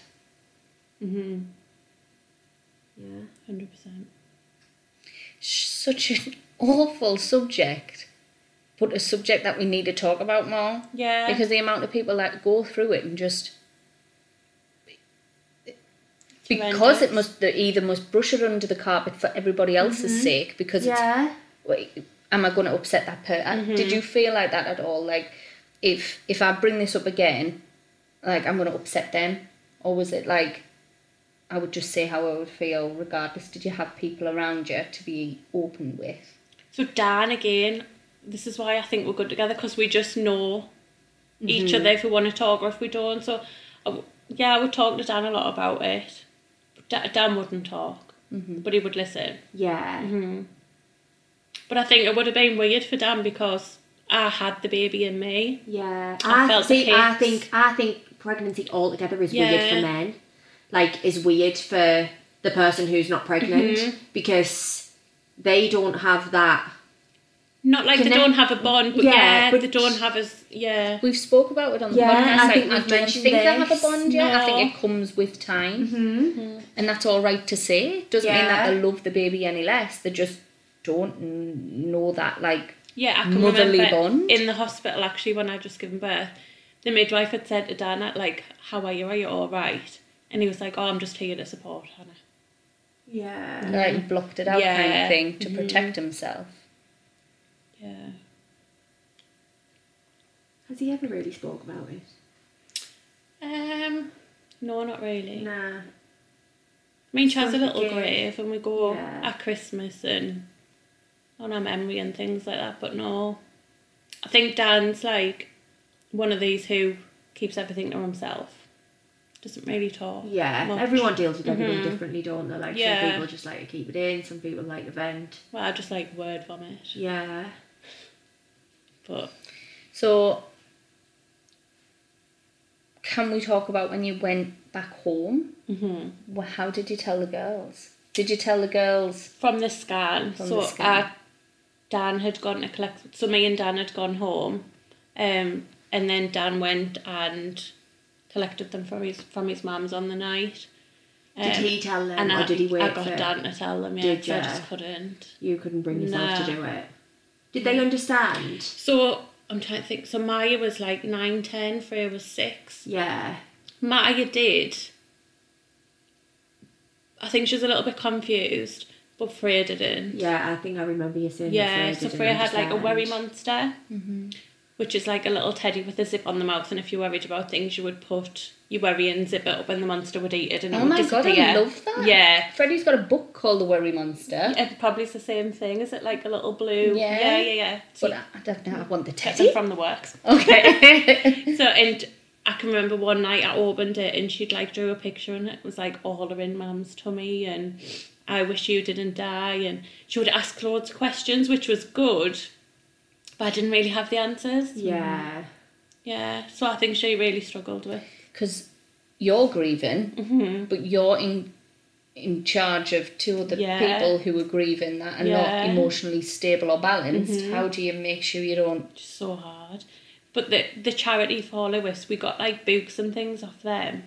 Speaker 2: Mm-hmm.
Speaker 3: Yeah.
Speaker 2: 100%.
Speaker 1: such an awful subject but a subject that we need to talk about more
Speaker 2: Yeah.
Speaker 1: because the amount of people that go through it and just because it
Speaker 2: horrendous.
Speaker 1: must they either must brush it under the carpet for everybody else's sake because it's
Speaker 3: Mm-hmm. Yeah. Mm-hmm.
Speaker 1: wait, am I going to upset that person? Did you feel like that at all? Like, if if I bring this up again, like I'm going to upset them, or was it like I would just say how I would feel regardless? Did you have people around you to be open with?
Speaker 2: So Dan again, this is why I think we're good together because we just know each other if we want to talk or if we don't. So I w- yeah, I would talk to Dan a lot about it. But Da- Dan wouldn't talk, but he would listen.
Speaker 3: Yeah.
Speaker 2: Mm-hmm. But I think it would have been weird for Dan because I had the baby in me.
Speaker 3: Yeah,
Speaker 2: I
Speaker 3: I,
Speaker 2: felt the
Speaker 3: see. I
Speaker 2: kicks.
Speaker 3: think I think pregnancy altogether is weird
Speaker 2: Yeah.
Speaker 3: for men. Like, is weird for the person who's not pregnant
Speaker 2: Mm-hmm.
Speaker 3: because they don't have that.
Speaker 2: Not like they
Speaker 3: Connect-
Speaker 2: don't have a bond, but yeah,
Speaker 3: Yeah,
Speaker 2: but
Speaker 3: but-
Speaker 2: they don't have as yeah.
Speaker 1: We've spoke about it on the
Speaker 3: Yeah,
Speaker 1: podcast.
Speaker 3: I
Speaker 1: like,
Speaker 3: think
Speaker 1: I
Speaker 3: we've
Speaker 1: don't
Speaker 3: mentioned
Speaker 1: think they have a
Speaker 3: this. Mm-hmm.
Speaker 1: bond yet. I
Speaker 2: No.
Speaker 1: think it comes with time,
Speaker 2: Mm-hmm.
Speaker 1: and that's all right to say. It doesn't mean that
Speaker 3: Yeah.
Speaker 1: they love the baby any less. They just don't n- know that like
Speaker 2: Yeah, I can
Speaker 1: Motherly
Speaker 2: remember
Speaker 1: bond.
Speaker 2: in the hospital actually when I just given birth, the midwife had said to Dana like, "How are you? Are you all right?" And he was like, "Oh, I'm just here to support Hannah."
Speaker 3: Yeah.
Speaker 1: like blocked it out kind
Speaker 2: Yeah. Mm-hmm.
Speaker 1: of thing to protect himself.
Speaker 2: Yeah,
Speaker 3: Has he ever really spoke about it?
Speaker 2: um, no, not really.
Speaker 3: Nah.
Speaker 2: I mean, she has a
Speaker 3: Sounds
Speaker 2: little
Speaker 3: good.
Speaker 2: grave, and we go
Speaker 3: Yeah.
Speaker 2: at Christmas and on our memory and things like that. But no, I think Dan's like one of these who keeps everything to himself. Doesn't really talk.
Speaker 3: Yeah.
Speaker 2: much. Mm-hmm.
Speaker 3: Everyone deals with everything differently, don't they? Like
Speaker 2: Yeah.
Speaker 3: some people just like to keep it in. Some people like to vent.
Speaker 2: Well, I just like word vomit,
Speaker 3: Yeah.
Speaker 2: but
Speaker 1: So, can we talk about when you went back home? Mm-hmm. Well, how did you tell the girls? Did you tell the girls?
Speaker 2: from the scan.
Speaker 1: From
Speaker 2: so
Speaker 1: the scan.
Speaker 2: uh, Dan had gone to collect. So me and Dan had gone home, um, and then Dan went and collected them from his from his mum's on the night.
Speaker 3: Did
Speaker 2: Um,
Speaker 3: he tell them,
Speaker 2: and
Speaker 3: or
Speaker 2: I,
Speaker 3: did he wait
Speaker 2: I got
Speaker 3: for
Speaker 2: Dan to tell them. Yeah,
Speaker 3: Did
Speaker 2: 'cause I
Speaker 3: ya?
Speaker 2: just couldn't.
Speaker 3: you? Couldn't bring yourself
Speaker 2: Nah.
Speaker 3: to do it. Did they understand?
Speaker 2: So I'm trying to think. So Maya was like nine, ten. Freya was six.
Speaker 3: Yeah.
Speaker 2: Maya did. I think she was a little bit confused, but Freya didn't.
Speaker 3: Yeah, I think I remember you saying.
Speaker 2: Yeah,
Speaker 3: that
Speaker 2: so
Speaker 3: Freya didn't
Speaker 2: Freya had like a worry
Speaker 3: understand. Mm-hmm.
Speaker 2: monster, which is like a little teddy with a zip on the mouth. And if you worried about things, you would put your worry and zip it up, and the monster would eat it. And it
Speaker 1: Oh
Speaker 2: would
Speaker 1: my god,
Speaker 2: disappear.
Speaker 1: I love that.
Speaker 2: Yeah.
Speaker 1: Freddie's got a book called The Worry Monster.
Speaker 2: It probably is the same thing. Is it like a little blue?
Speaker 1: Yeah.
Speaker 2: yeah, yeah. yeah. So
Speaker 1: But I, I don't know. I want the
Speaker 2: get them
Speaker 1: teddy.
Speaker 2: from the works.
Speaker 1: Okay.
Speaker 2: So and I can remember one night I opened it and she'd like drew a picture and it was like all are in mum's tummy and I wish you didn't die and she would ask loads of questions, which was good, but I didn't really have the answers.
Speaker 3: Yeah.
Speaker 2: Yeah, so I think she really struggled with.
Speaker 1: Because you're grieving,
Speaker 2: Mm-hmm.
Speaker 1: but you're in in charge of two other
Speaker 2: Yeah.
Speaker 1: people who are grieving that are
Speaker 2: Yeah. Mm-hmm.
Speaker 1: not emotionally stable or balanced. How do you make sure you don't?
Speaker 2: Just so hard. But the the charity for Lewis, we got like books and things off them,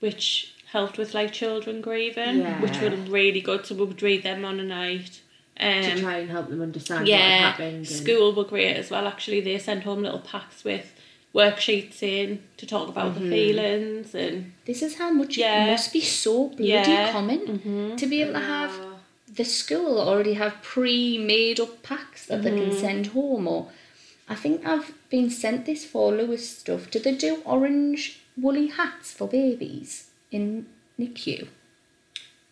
Speaker 2: which helped with like children grieving,
Speaker 3: Yeah.
Speaker 2: which were really good. So we would read them on a night.
Speaker 3: to
Speaker 2: Um,
Speaker 3: try and help them understand what had
Speaker 2: yeah,
Speaker 3: happened. and-
Speaker 2: school were great as well. Actually, they sent home little packs with worksheets in to talk about
Speaker 3: Mm-hmm.
Speaker 2: the feelings and
Speaker 1: This is how much
Speaker 2: Yeah.
Speaker 1: it must be so bloody
Speaker 2: Yeah. Mm-hmm.
Speaker 1: common to be able to have the school already have pre-made up packs that they can
Speaker 2: Mm-hmm.
Speaker 1: send home or I think I've been sent this for Lewis stuff. Do they do orange woolly hats for babies in NICU?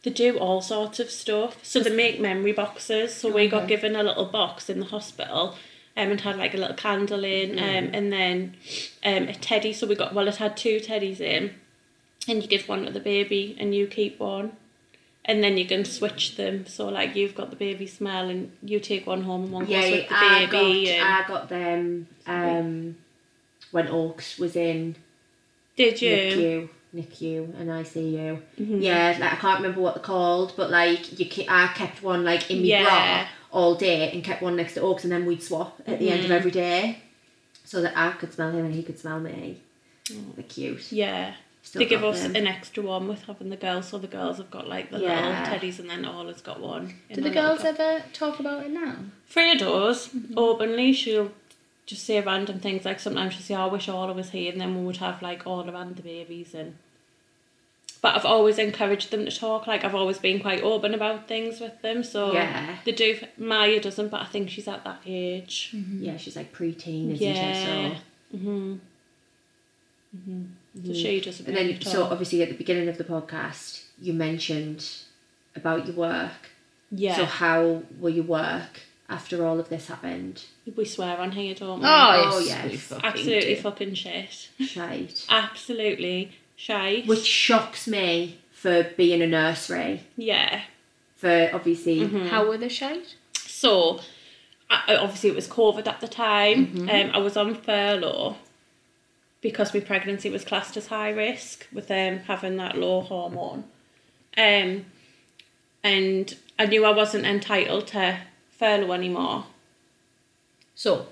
Speaker 2: They do all sorts of stuff. So they make memory boxes. So we got given a little box in the hospital. Um, and had like a little candle in, um,
Speaker 3: Mm-hmm.
Speaker 2: and then um, a teddy. So we got well, it had two teddies in, and you give one to the baby, and you keep one, and then you can switch them. So like you've got the baby smell, and you take one home, and one
Speaker 3: Yeah,
Speaker 2: goes with the
Speaker 3: I,
Speaker 2: baby.
Speaker 3: got,
Speaker 2: and
Speaker 3: I got them um, when Orcs was in
Speaker 2: did you? Mm-hmm.
Speaker 3: NICU, NICU and ICU. Yeah, like I can't remember what they're called, but like you, ke- I kept one like in my
Speaker 2: Yeah.
Speaker 3: bra all day and kept one next to Orcs, and then we'd swap at the
Speaker 2: Mm-hmm.
Speaker 3: end of every day, so that I could smell him and he could smell me. They're cute.
Speaker 2: Mm. Yeah.
Speaker 3: Still
Speaker 2: They give
Speaker 3: got
Speaker 2: us
Speaker 3: them.
Speaker 2: an extra one with having the girls, so the girls have got like the
Speaker 3: Yeah.
Speaker 2: little teddies, and then all has got one. in
Speaker 1: Do
Speaker 2: a
Speaker 1: the
Speaker 2: little
Speaker 1: girls
Speaker 2: box.
Speaker 1: ever talk about it now?
Speaker 2: Freya does openly. She'll just say random things like sometimes she'll say, "Oh, "I wish Orla was here," and then we would have like Orla and the babies and. But I've always encouraged them to talk. Like I've always been quite open about things with them, so
Speaker 3: Yeah.
Speaker 2: they do. Maya doesn't, but I think she's at that age.
Speaker 3: Yeah, she's like preteen, isn't
Speaker 2: Yeah.
Speaker 3: she? So, Mm-hmm.
Speaker 2: Mhm. Mhm. So she doesn't.
Speaker 3: and then
Speaker 2: really
Speaker 3: so
Speaker 2: talk.
Speaker 3: obviously at the beginning of the podcast, you mentioned about your work.
Speaker 2: yeah,
Speaker 3: So how will you work after all of this happened?
Speaker 2: we swear on here, don't we?
Speaker 3: Oh, yes.
Speaker 2: absolutely fucking shit.
Speaker 3: Shite.
Speaker 2: Absolutely shite.
Speaker 3: Which shocks me for being a nursery.
Speaker 2: yeah.
Speaker 3: For obviously,
Speaker 2: Mm-hmm.
Speaker 1: How were they shite?
Speaker 2: So, I, I- obviously, it was COVID at the time.
Speaker 1: Mm-hmm.
Speaker 2: Um, I was on furlough because my pregnancy was classed as high risk with um, having that low hormone. Um, and I knew I wasn't entitled to furlough anymore.
Speaker 1: So,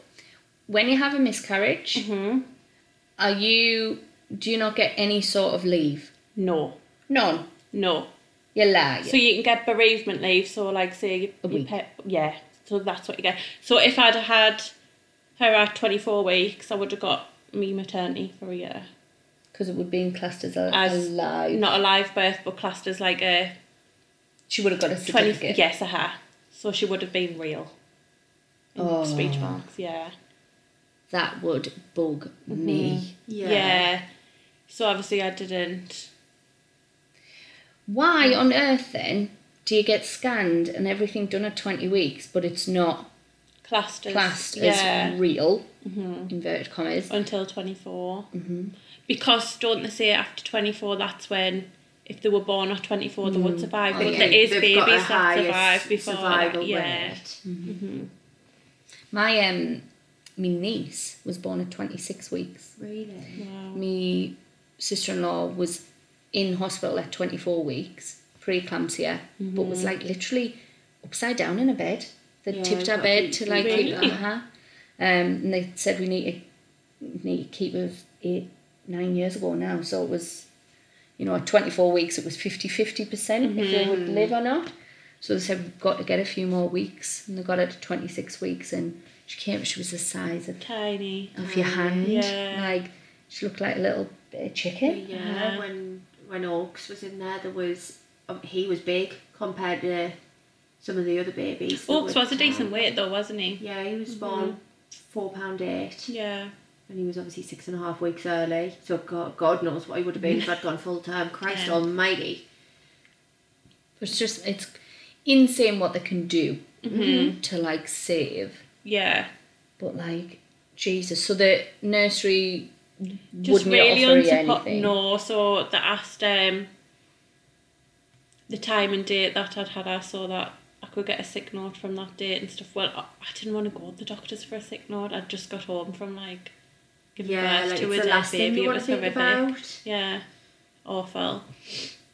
Speaker 1: when you have a miscarriage,
Speaker 2: Mm-hmm.
Speaker 1: are you do you not get any sort of leave?
Speaker 2: No,
Speaker 1: None.
Speaker 2: no.
Speaker 1: You lie.
Speaker 2: So you can get bereavement leave. So like, say you,
Speaker 1: A
Speaker 2: you
Speaker 1: week.
Speaker 2: pay- yeah. So that's what you get. So if I'd had her at twenty four weeks, I would have got me maternity for a year.
Speaker 1: because it would be in classed as a,
Speaker 2: As
Speaker 1: a lie.
Speaker 2: Not a live birth, but classed as like a
Speaker 1: She would have got a
Speaker 2: twenty.
Speaker 1: certificate.
Speaker 2: Yes, a ha. So she would have been real. In
Speaker 1: Oh.
Speaker 2: Speech marks. Yeah.
Speaker 1: That would bug
Speaker 2: Mm-hmm.
Speaker 1: me.
Speaker 2: yeah. So obviously I didn't.
Speaker 1: Why
Speaker 2: Mm-hmm.
Speaker 1: on earth then do you get scanned and everything done at 20 weeks, but it's not
Speaker 2: Classed as,
Speaker 1: classed
Speaker 2: yeah, Mm-hmm.
Speaker 1: as real? Inverted commas.
Speaker 2: until 24 mm-hmm. because don't they say after 24 that's when if they were born at 24 they would survive but
Speaker 1: yeah.
Speaker 2: there is
Speaker 3: They've got a
Speaker 2: babies that
Speaker 3: higher
Speaker 2: survive before
Speaker 3: survival
Speaker 2: that, yeah
Speaker 3: rate.
Speaker 1: My um, my niece was born at 26 weeks.
Speaker 3: Really?
Speaker 1: My sister-in-law was in hospital at 24 weeks, preeclampsia, but was like literally upside down in a bed. They
Speaker 3: Yeah,
Speaker 1: tipped her
Speaker 3: gotta
Speaker 1: bed
Speaker 3: keep-
Speaker 1: to like
Speaker 2: Really?
Speaker 1: keep her. Um, and they said we need to need to keep her eight nine years ago now. So it was, you know, at 24 weeks it was 50 50 percent if they would live or not. So they said we've got to get a few more weeks, and they got her to 26 weeks, and she came. She was the size of
Speaker 2: tiny
Speaker 1: of your hand.
Speaker 2: Ah, Yeah.
Speaker 1: Like she looked like a little bit of chicken.
Speaker 3: Yeah. When when Oaks was in there, there was um, he was big compared to some of the other babies. that
Speaker 2: Oaks
Speaker 3: were-
Speaker 2: was a decent weight though wasn't he
Speaker 3: Yeah, he was born four pound eight,
Speaker 2: yeah
Speaker 3: and he was obviously six and a half weeks early. So God, God knows what he would have been if I'd gone full term. Christ
Speaker 2: Yeah.
Speaker 3: Almighty!
Speaker 1: It's just it's insane what they can do
Speaker 2: Mm-hmm.
Speaker 1: to like save.
Speaker 2: yeah
Speaker 1: But like Jesus, so the nursery wouldn't
Speaker 2: just really
Speaker 1: offer you
Speaker 2: unsupport
Speaker 1: anything.
Speaker 2: no so they asked um the time and date that I'd had her so that I could get a sick note from that date and stuff well I I didn't want to go to the doctors for a sick note I'd just got home from like giving
Speaker 3: Yeah,
Speaker 2: birth
Speaker 3: like
Speaker 2: to a
Speaker 3: it's the
Speaker 2: dead
Speaker 3: last thing
Speaker 2: baby
Speaker 3: you
Speaker 2: it
Speaker 3: want
Speaker 2: was
Speaker 3: to think
Speaker 2: horrific.
Speaker 3: about.
Speaker 2: Yeah, awful.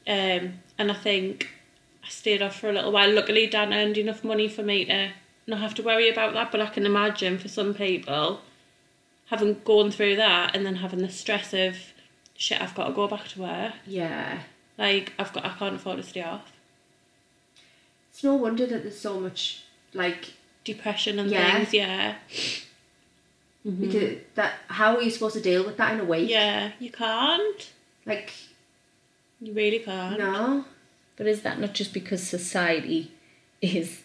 Speaker 2: Um, and I think I stayed off for a little while. Luckily, Dan earned enough money for me to not have to worry about that. But I can imagine for some people, having gone through that and then having the stress of shit, I've got to go back to work.
Speaker 3: Yeah.
Speaker 2: Like I've got, I can't afford to stay off.
Speaker 3: It's no wonder that there's so much like
Speaker 2: Depression and
Speaker 3: Yeah.
Speaker 2: things. Yeah,
Speaker 3: because that how are you supposed to deal with that in a week?
Speaker 2: Mm. yeah. You can't.
Speaker 3: Like
Speaker 2: You really can't.
Speaker 3: no.
Speaker 1: But is that not just because society is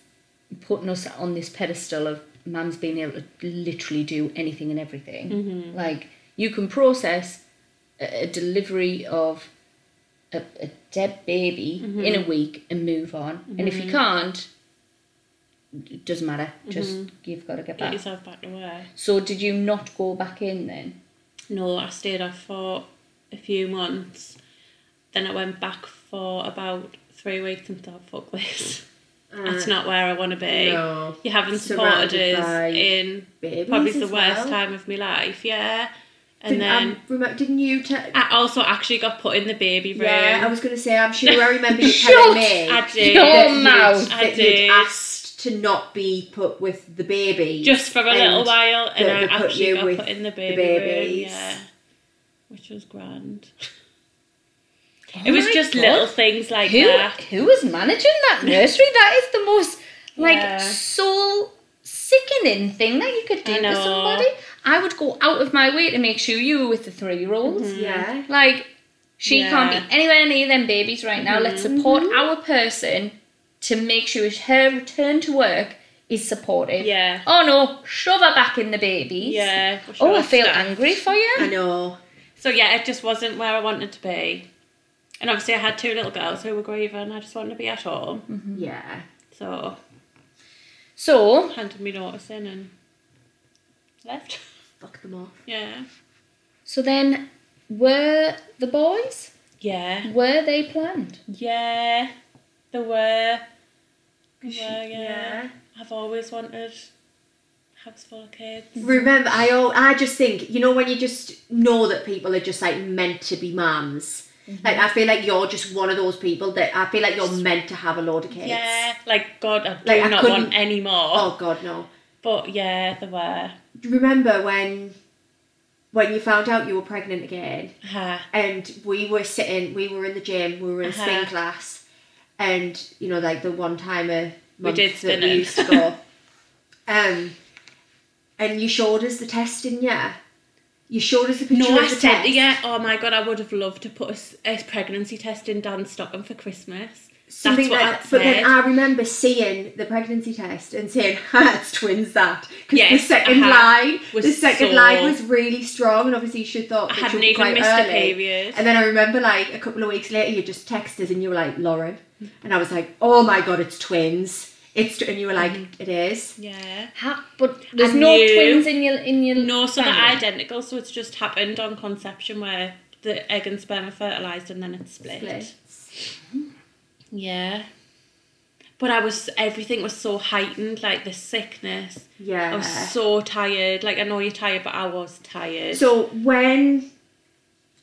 Speaker 1: putting us on this pedestal of mum's being able to literally do anything and everything? Like, you can process a, a delivery of a, a dead baby in a week and move on. And if you can't, it doesn't matter. Just you've got to get
Speaker 2: Get
Speaker 1: back.
Speaker 2: yourself back to work.
Speaker 1: So, did you not go back in then?
Speaker 2: No, I stayed off for a few months. Then I went back for about three weeks and thought, fuck this. That's not where I want to be.
Speaker 3: Uh, No.
Speaker 2: You haven't supported
Speaker 3: Surrounded by
Speaker 2: us in
Speaker 3: babies
Speaker 2: probably the
Speaker 3: as
Speaker 2: worst
Speaker 3: well.
Speaker 2: time of my life, yeah. And
Speaker 3: Didn't,
Speaker 2: then
Speaker 3: um, remember, didn't you? T-
Speaker 2: I also actually got put in the baby room.
Speaker 3: yeah, I was going to say. I'm sure I remember you telling me
Speaker 2: I did.
Speaker 1: Your
Speaker 3: you'd-
Speaker 1: mouth.
Speaker 2: I
Speaker 3: that you'd
Speaker 2: did.
Speaker 3: asked to not be put with the baby
Speaker 2: Just for a little while, and
Speaker 3: that
Speaker 2: I
Speaker 3: they put
Speaker 2: actually
Speaker 3: you
Speaker 2: got
Speaker 3: with
Speaker 2: put in the
Speaker 3: the
Speaker 2: baby room,
Speaker 3: babies.
Speaker 2: yeah. Which was grand. it
Speaker 3: Oh
Speaker 2: was
Speaker 1: my
Speaker 2: just
Speaker 1: God.
Speaker 2: little things like
Speaker 1: Who
Speaker 2: that.
Speaker 1: who is managing that nursery? that is the most like
Speaker 2: Yeah.
Speaker 1: soul sickening thing that you could do
Speaker 2: I
Speaker 1: to
Speaker 2: know.
Speaker 1: somebody. I would go out of my way to make sure you were with the three year olds.
Speaker 3: Yeah.
Speaker 1: Like she
Speaker 2: Mm-hmm. Yeah. Mm-hmm.
Speaker 1: can't be anywhere near them babies right now. Let's support our person to make sure her return to work is supported.
Speaker 2: Yeah.
Speaker 1: Oh no, shove her back in the babies.
Speaker 2: Yeah.
Speaker 1: Oh, I feel
Speaker 2: Stuff.
Speaker 1: angry for
Speaker 3: I
Speaker 1: you.
Speaker 3: know.
Speaker 2: So yeah, it just wasn't where I wanted to be. And obviously, I had two little girls who were grieving. and I just wanted to be at home.
Speaker 3: Yeah.
Speaker 2: So
Speaker 1: So
Speaker 2: handed me notice in and left.
Speaker 3: Fuck them off.
Speaker 2: Yeah.
Speaker 1: so then were the boys
Speaker 2: Yeah.
Speaker 1: were they planned?
Speaker 2: Yeah. There were. There
Speaker 3: She-
Speaker 2: were, yeah. I've always wanted a house full of kids.
Speaker 3: Remember, I al- I just think you know when you just know that people are just like meant to be mums.
Speaker 2: Mm-hmm.
Speaker 3: Like I feel like you're just one of those people that I feel like you're meant to have a load of kids.
Speaker 2: Yeah. Like God, I do
Speaker 3: Like, I
Speaker 2: not
Speaker 3: couldn't-
Speaker 2: want any more.
Speaker 3: Oh God, no.
Speaker 2: But yeah, there were.
Speaker 3: Do you Remember when, when you found out you were pregnant again,
Speaker 2: Uh-huh.
Speaker 3: and we were sitting, we were in the gym, we were in
Speaker 2: Uh-huh.
Speaker 3: spin class, and you know, like the one time a
Speaker 2: We
Speaker 3: month
Speaker 2: did
Speaker 3: that we
Speaker 2: spinning.
Speaker 3: used to go. um, and you showed us the test, didn't you? You showed us the picture
Speaker 2: No,
Speaker 3: of
Speaker 2: I
Speaker 3: the
Speaker 2: said,
Speaker 3: test.
Speaker 2: yeah, oh my god, I would have loved to put a s- a, pregnancy test in Dan's stocking for Christmas.
Speaker 3: Something
Speaker 2: That's what
Speaker 3: like
Speaker 2: I'd said.
Speaker 3: that. But then I remember seeing the pregnancy test and saying, ha, it's twins that. Because the
Speaker 2: Yes,
Speaker 3: second
Speaker 2: uh-huh.
Speaker 3: line,
Speaker 2: Was
Speaker 3: the second
Speaker 2: so-
Speaker 3: line was really strong, and obviously you should thought
Speaker 2: I
Speaker 3: that
Speaker 2: hadn't
Speaker 3: you were
Speaker 2: even
Speaker 3: quite
Speaker 2: missed
Speaker 3: early.
Speaker 2: a period.
Speaker 3: And then I remember like a couple of weeks later, you just texted us and you were like, Lauren. And I was like, oh my God, it's twins. It's tw-. And you were like,
Speaker 2: Mm-hmm.
Speaker 3: "It is.
Speaker 2: Yeah.
Speaker 1: Ha- but there's
Speaker 2: And
Speaker 1: no
Speaker 2: you-
Speaker 1: twins in your in your
Speaker 2: No, so they're
Speaker 1: family.
Speaker 2: identical, so it's just happened on conception where the egg and sperm are fertilised and then it's split.
Speaker 3: Split.
Speaker 2: Yeah. But I was, everything was so heightened, like the sickness. I
Speaker 3: Yeah.
Speaker 2: was so tired. Like, I know you're tired, but I was tired.
Speaker 3: So when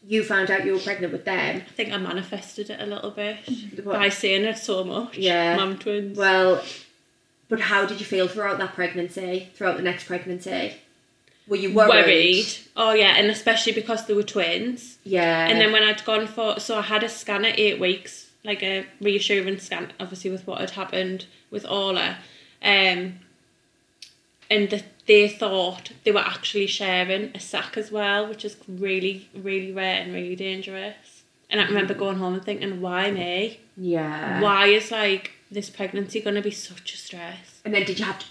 Speaker 3: you found out you were pregnant with them,
Speaker 2: I think I manifested it a little bit
Speaker 3: What?
Speaker 2: by saying it so much.
Speaker 3: Yeah.
Speaker 2: Mum twins.
Speaker 3: well, but how did you feel throughout that pregnancy, throughout the next pregnancy? Were you worried?
Speaker 2: Oh yeah, and especially because they were twins.
Speaker 3: Yeah.
Speaker 2: And then when I'd gone for, so I had a scan at eight weeks, like a reassurance scan, obviously with what had happened with Orla, um, and that they thought they were actually sharing a sack as well, which is really, really rare and really dangerous. And I remember going home and thinking, why me?
Speaker 3: Mm. yeah.
Speaker 2: Why is like this pregnancy going to be such a stress?
Speaker 3: And then did you have to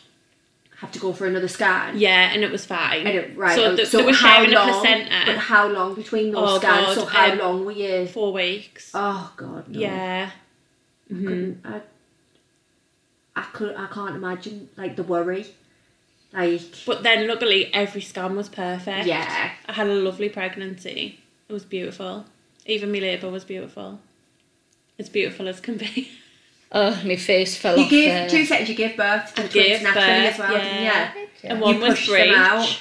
Speaker 3: have to go for another scan?
Speaker 2: Yeah, and it was fine.
Speaker 3: I don't- right.
Speaker 2: So,
Speaker 3: oh,
Speaker 2: th- they were
Speaker 3: how
Speaker 2: sharing
Speaker 3: long,
Speaker 2: a placenta.
Speaker 3: But how long between those
Speaker 2: Oh,
Speaker 3: scans?
Speaker 2: God,
Speaker 3: so how
Speaker 2: um,
Speaker 3: long were you?
Speaker 2: four weeks.
Speaker 3: Oh God. No. Mm-hmm.
Speaker 2: Yeah.
Speaker 3: Couldn't- I, I could. I can't imagine like the worry. Like
Speaker 2: But then luckily every scan was perfect.
Speaker 3: yeah.
Speaker 2: I had a lovely pregnancy. It was beautiful. Even my labour was beautiful. As beautiful as can be.
Speaker 1: Oh, my face fell
Speaker 3: You
Speaker 1: off.
Speaker 3: gave
Speaker 1: there.
Speaker 3: two seconds. You gave birth to the twins
Speaker 2: gave
Speaker 3: naturally
Speaker 2: birth,
Speaker 3: as well, didn't
Speaker 2: yeah.
Speaker 3: you?
Speaker 2: And
Speaker 1: Yeah.
Speaker 2: one
Speaker 3: You
Speaker 2: was
Speaker 3: pushed them
Speaker 2: free.
Speaker 3: out.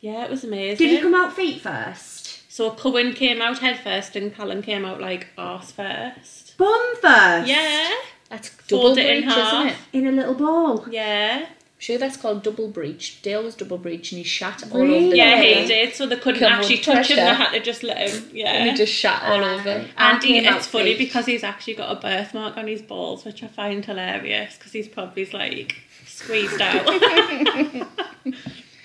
Speaker 2: Yeah, it was amazing.
Speaker 3: Did you come out feet first?
Speaker 2: so Cohen came out head first and Callum came out like arse first.
Speaker 3: Bum first.
Speaker 2: Yeah.
Speaker 1: That's double
Speaker 2: Fold
Speaker 1: breach,
Speaker 2: it in
Speaker 1: isn't
Speaker 2: half.
Speaker 1: it? I'm
Speaker 3: In a little ball.
Speaker 2: Yeah.
Speaker 1: sure that's called double breach. Dale was double breach and he shat all over
Speaker 3: Really?
Speaker 1: the
Speaker 2: Yeah,
Speaker 1: bed.
Speaker 2: he did. So they couldn't
Speaker 1: Come on,
Speaker 2: actually touch him. They
Speaker 1: pressure.
Speaker 2: had to just let him.
Speaker 1: And he
Speaker 2: Yeah.
Speaker 1: just shat all over.
Speaker 3: I
Speaker 2: Andy,
Speaker 3: came out
Speaker 2: it's funny
Speaker 3: feet.
Speaker 2: because he's actually got a birthmark on his balls, which I find hilarious because he's probably like squeezed out.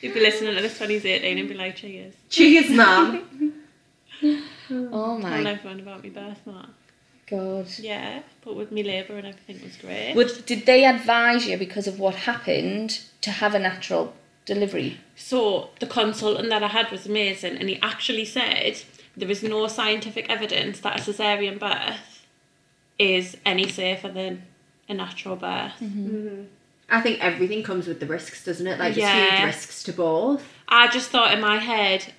Speaker 2: He'll be listening to this when he's 18 and be like, cheers.
Speaker 3: Cheers, mum.
Speaker 1: Oh
Speaker 2: Tell
Speaker 1: my
Speaker 2: everyone about my birthmark.
Speaker 1: god.
Speaker 2: Yeah, but with me labour and everything it was great.
Speaker 1: Would, did they advise you because of what happened to have a natural delivery?
Speaker 2: So the consultant that I had was amazing, and he actually said there is no scientific evidence that a cesarean birth is any safer than a natural birth.
Speaker 3: I think everything comes with the risks, doesn't it? Like there's
Speaker 2: Yeah.
Speaker 3: huge risks to both.
Speaker 2: I just thought in my head,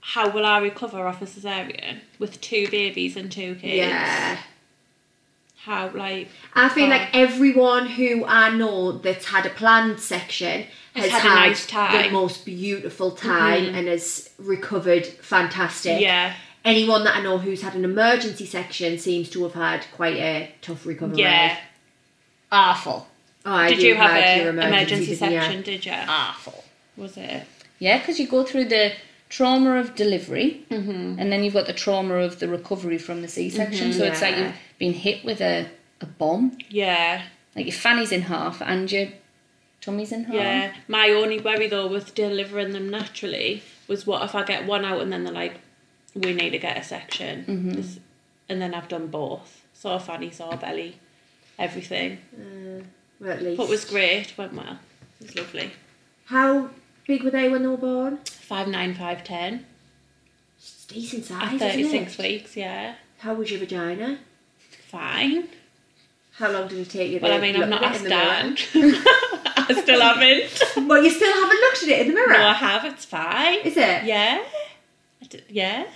Speaker 2: how will I recover off a cesarean with two babies and two kids?
Speaker 3: Yeah.
Speaker 2: How like
Speaker 3: I feel
Speaker 2: Oh.
Speaker 3: like everyone who I know that's had a planned section has,
Speaker 2: Has had a nice time. Mm-hmm.
Speaker 3: the most beautiful time and has recovered fantastic.
Speaker 2: yeah
Speaker 3: Anyone that I know who's had an emergency section seems to have had quite a tough recovery.
Speaker 2: yeah.
Speaker 1: Awful.
Speaker 3: Oh, I
Speaker 2: Did you have
Speaker 3: heard
Speaker 2: an
Speaker 3: your
Speaker 2: emergency, Uh-huh.
Speaker 3: didn't you?
Speaker 2: section? Did you?
Speaker 1: Awful.
Speaker 2: Was it?
Speaker 1: Yeah, because you go through the trauma of delivery,
Speaker 2: Mm-hmm.
Speaker 1: and then you've got the trauma of the recovery from the C section. so it's like
Speaker 2: Mm-hmm.
Speaker 3: yeah.
Speaker 1: you've been hit with a, a bomb.
Speaker 2: Yeah.
Speaker 1: Like your fanny's in half and your tummy's in half.
Speaker 2: Yeah. My only worry though with delivering them naturally was what if I get one out and then they're like, we need to get a section. This- and then I've done both. Saw Fanny, saw Belly, everything.
Speaker 3: Uh, well, at least.
Speaker 2: But it was great, went well. It was lovely.
Speaker 3: How big were they when they were born?
Speaker 2: Five nine five ten.
Speaker 3: It's decent
Speaker 2: At
Speaker 3: size,
Speaker 2: thirty
Speaker 3: isn't
Speaker 2: six
Speaker 3: it?
Speaker 2: weeks, yeah.
Speaker 3: How was your vagina?
Speaker 2: Fine.
Speaker 3: How long did it take you?
Speaker 2: Well
Speaker 3: to
Speaker 2: I mean
Speaker 3: look
Speaker 2: I'm not
Speaker 3: at it
Speaker 2: asked
Speaker 3: in the mirror?
Speaker 2: down. I still haven't.
Speaker 3: Well, you still haven't looked at it in the mirror,
Speaker 2: No, I have, it's fine.
Speaker 3: is it?
Speaker 2: Yeah. I did- Yeah.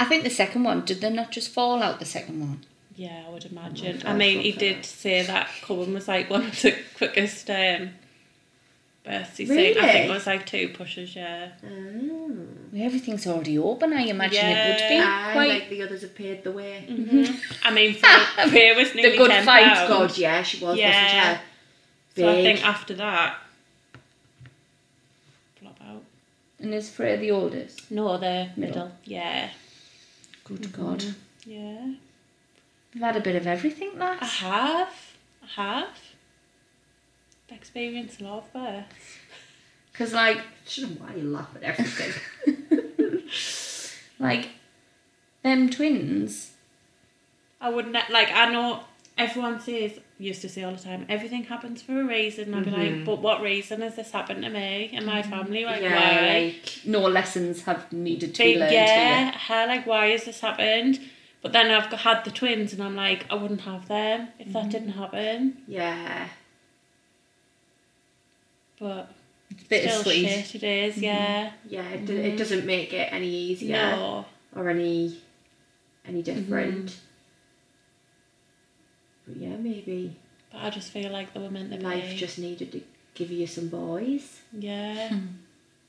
Speaker 1: I think the second one, did they not just fall out the second one?
Speaker 2: Yeah, I would imagine.
Speaker 3: Oh,
Speaker 2: I mean, he
Speaker 3: fuck
Speaker 2: did say that Cullen was like one of the quickest um, births he's seen. I think
Speaker 3: Really?
Speaker 2: it was like two pushes, yeah.
Speaker 3: Oh.
Speaker 1: Everything's already open, I imagine it
Speaker 2: Yeah.
Speaker 1: would be.
Speaker 3: I
Speaker 1: Quite
Speaker 3: like the others have paved the way.
Speaker 2: Mm-hmm. I mean, for Bear was nearly
Speaker 1: good
Speaker 2: 10
Speaker 1: fight,
Speaker 2: pounds.
Speaker 3: God, yeah, she was,
Speaker 2: Um, Yeah.
Speaker 3: wasn't she?
Speaker 2: So I
Speaker 3: Big.
Speaker 2: think after that, flop out.
Speaker 1: and is Freya the oldest?
Speaker 2: No, the middle.
Speaker 1: Middle.
Speaker 2: Yeah.
Speaker 1: Good
Speaker 2: Mm-hmm.
Speaker 1: God.
Speaker 2: Yeah.
Speaker 1: I've had a bit of everything,
Speaker 2: I
Speaker 1: lass.
Speaker 2: have. I have. Experienced a lot of births.
Speaker 1: Because, like,
Speaker 3: I don't know why you laugh at everything.
Speaker 1: like, them twins,
Speaker 2: I wouldn't like. I know everyone says used to say all the time, everything happens for a reason. I'd be
Speaker 3: Mm-hmm.
Speaker 2: like, but what reason has this happened to me and my family? Like, why?
Speaker 3: like,
Speaker 1: no lessons have needed to
Speaker 2: They-
Speaker 1: be learned
Speaker 2: yeah,
Speaker 1: here.
Speaker 2: how like why has this happened? But then I've got, had the twins, and I'm like, I wouldn't have them if
Speaker 3: Mm-hmm.
Speaker 2: that didn't happen.
Speaker 3: yeah.
Speaker 2: But
Speaker 1: It's
Speaker 2: still,
Speaker 1: bittersweet.
Speaker 2: shit it is,
Speaker 3: Mm-hmm.
Speaker 2: yeah.
Speaker 3: Yeah, it, do, it doesn't make it any easier
Speaker 2: Mm. No, Mm-hmm.
Speaker 3: or any any different. But yeah, maybe
Speaker 2: but I just feel like they were meant to
Speaker 3: life
Speaker 2: be.
Speaker 3: just needed to give you some boys.
Speaker 2: yeah.
Speaker 1: Hmm.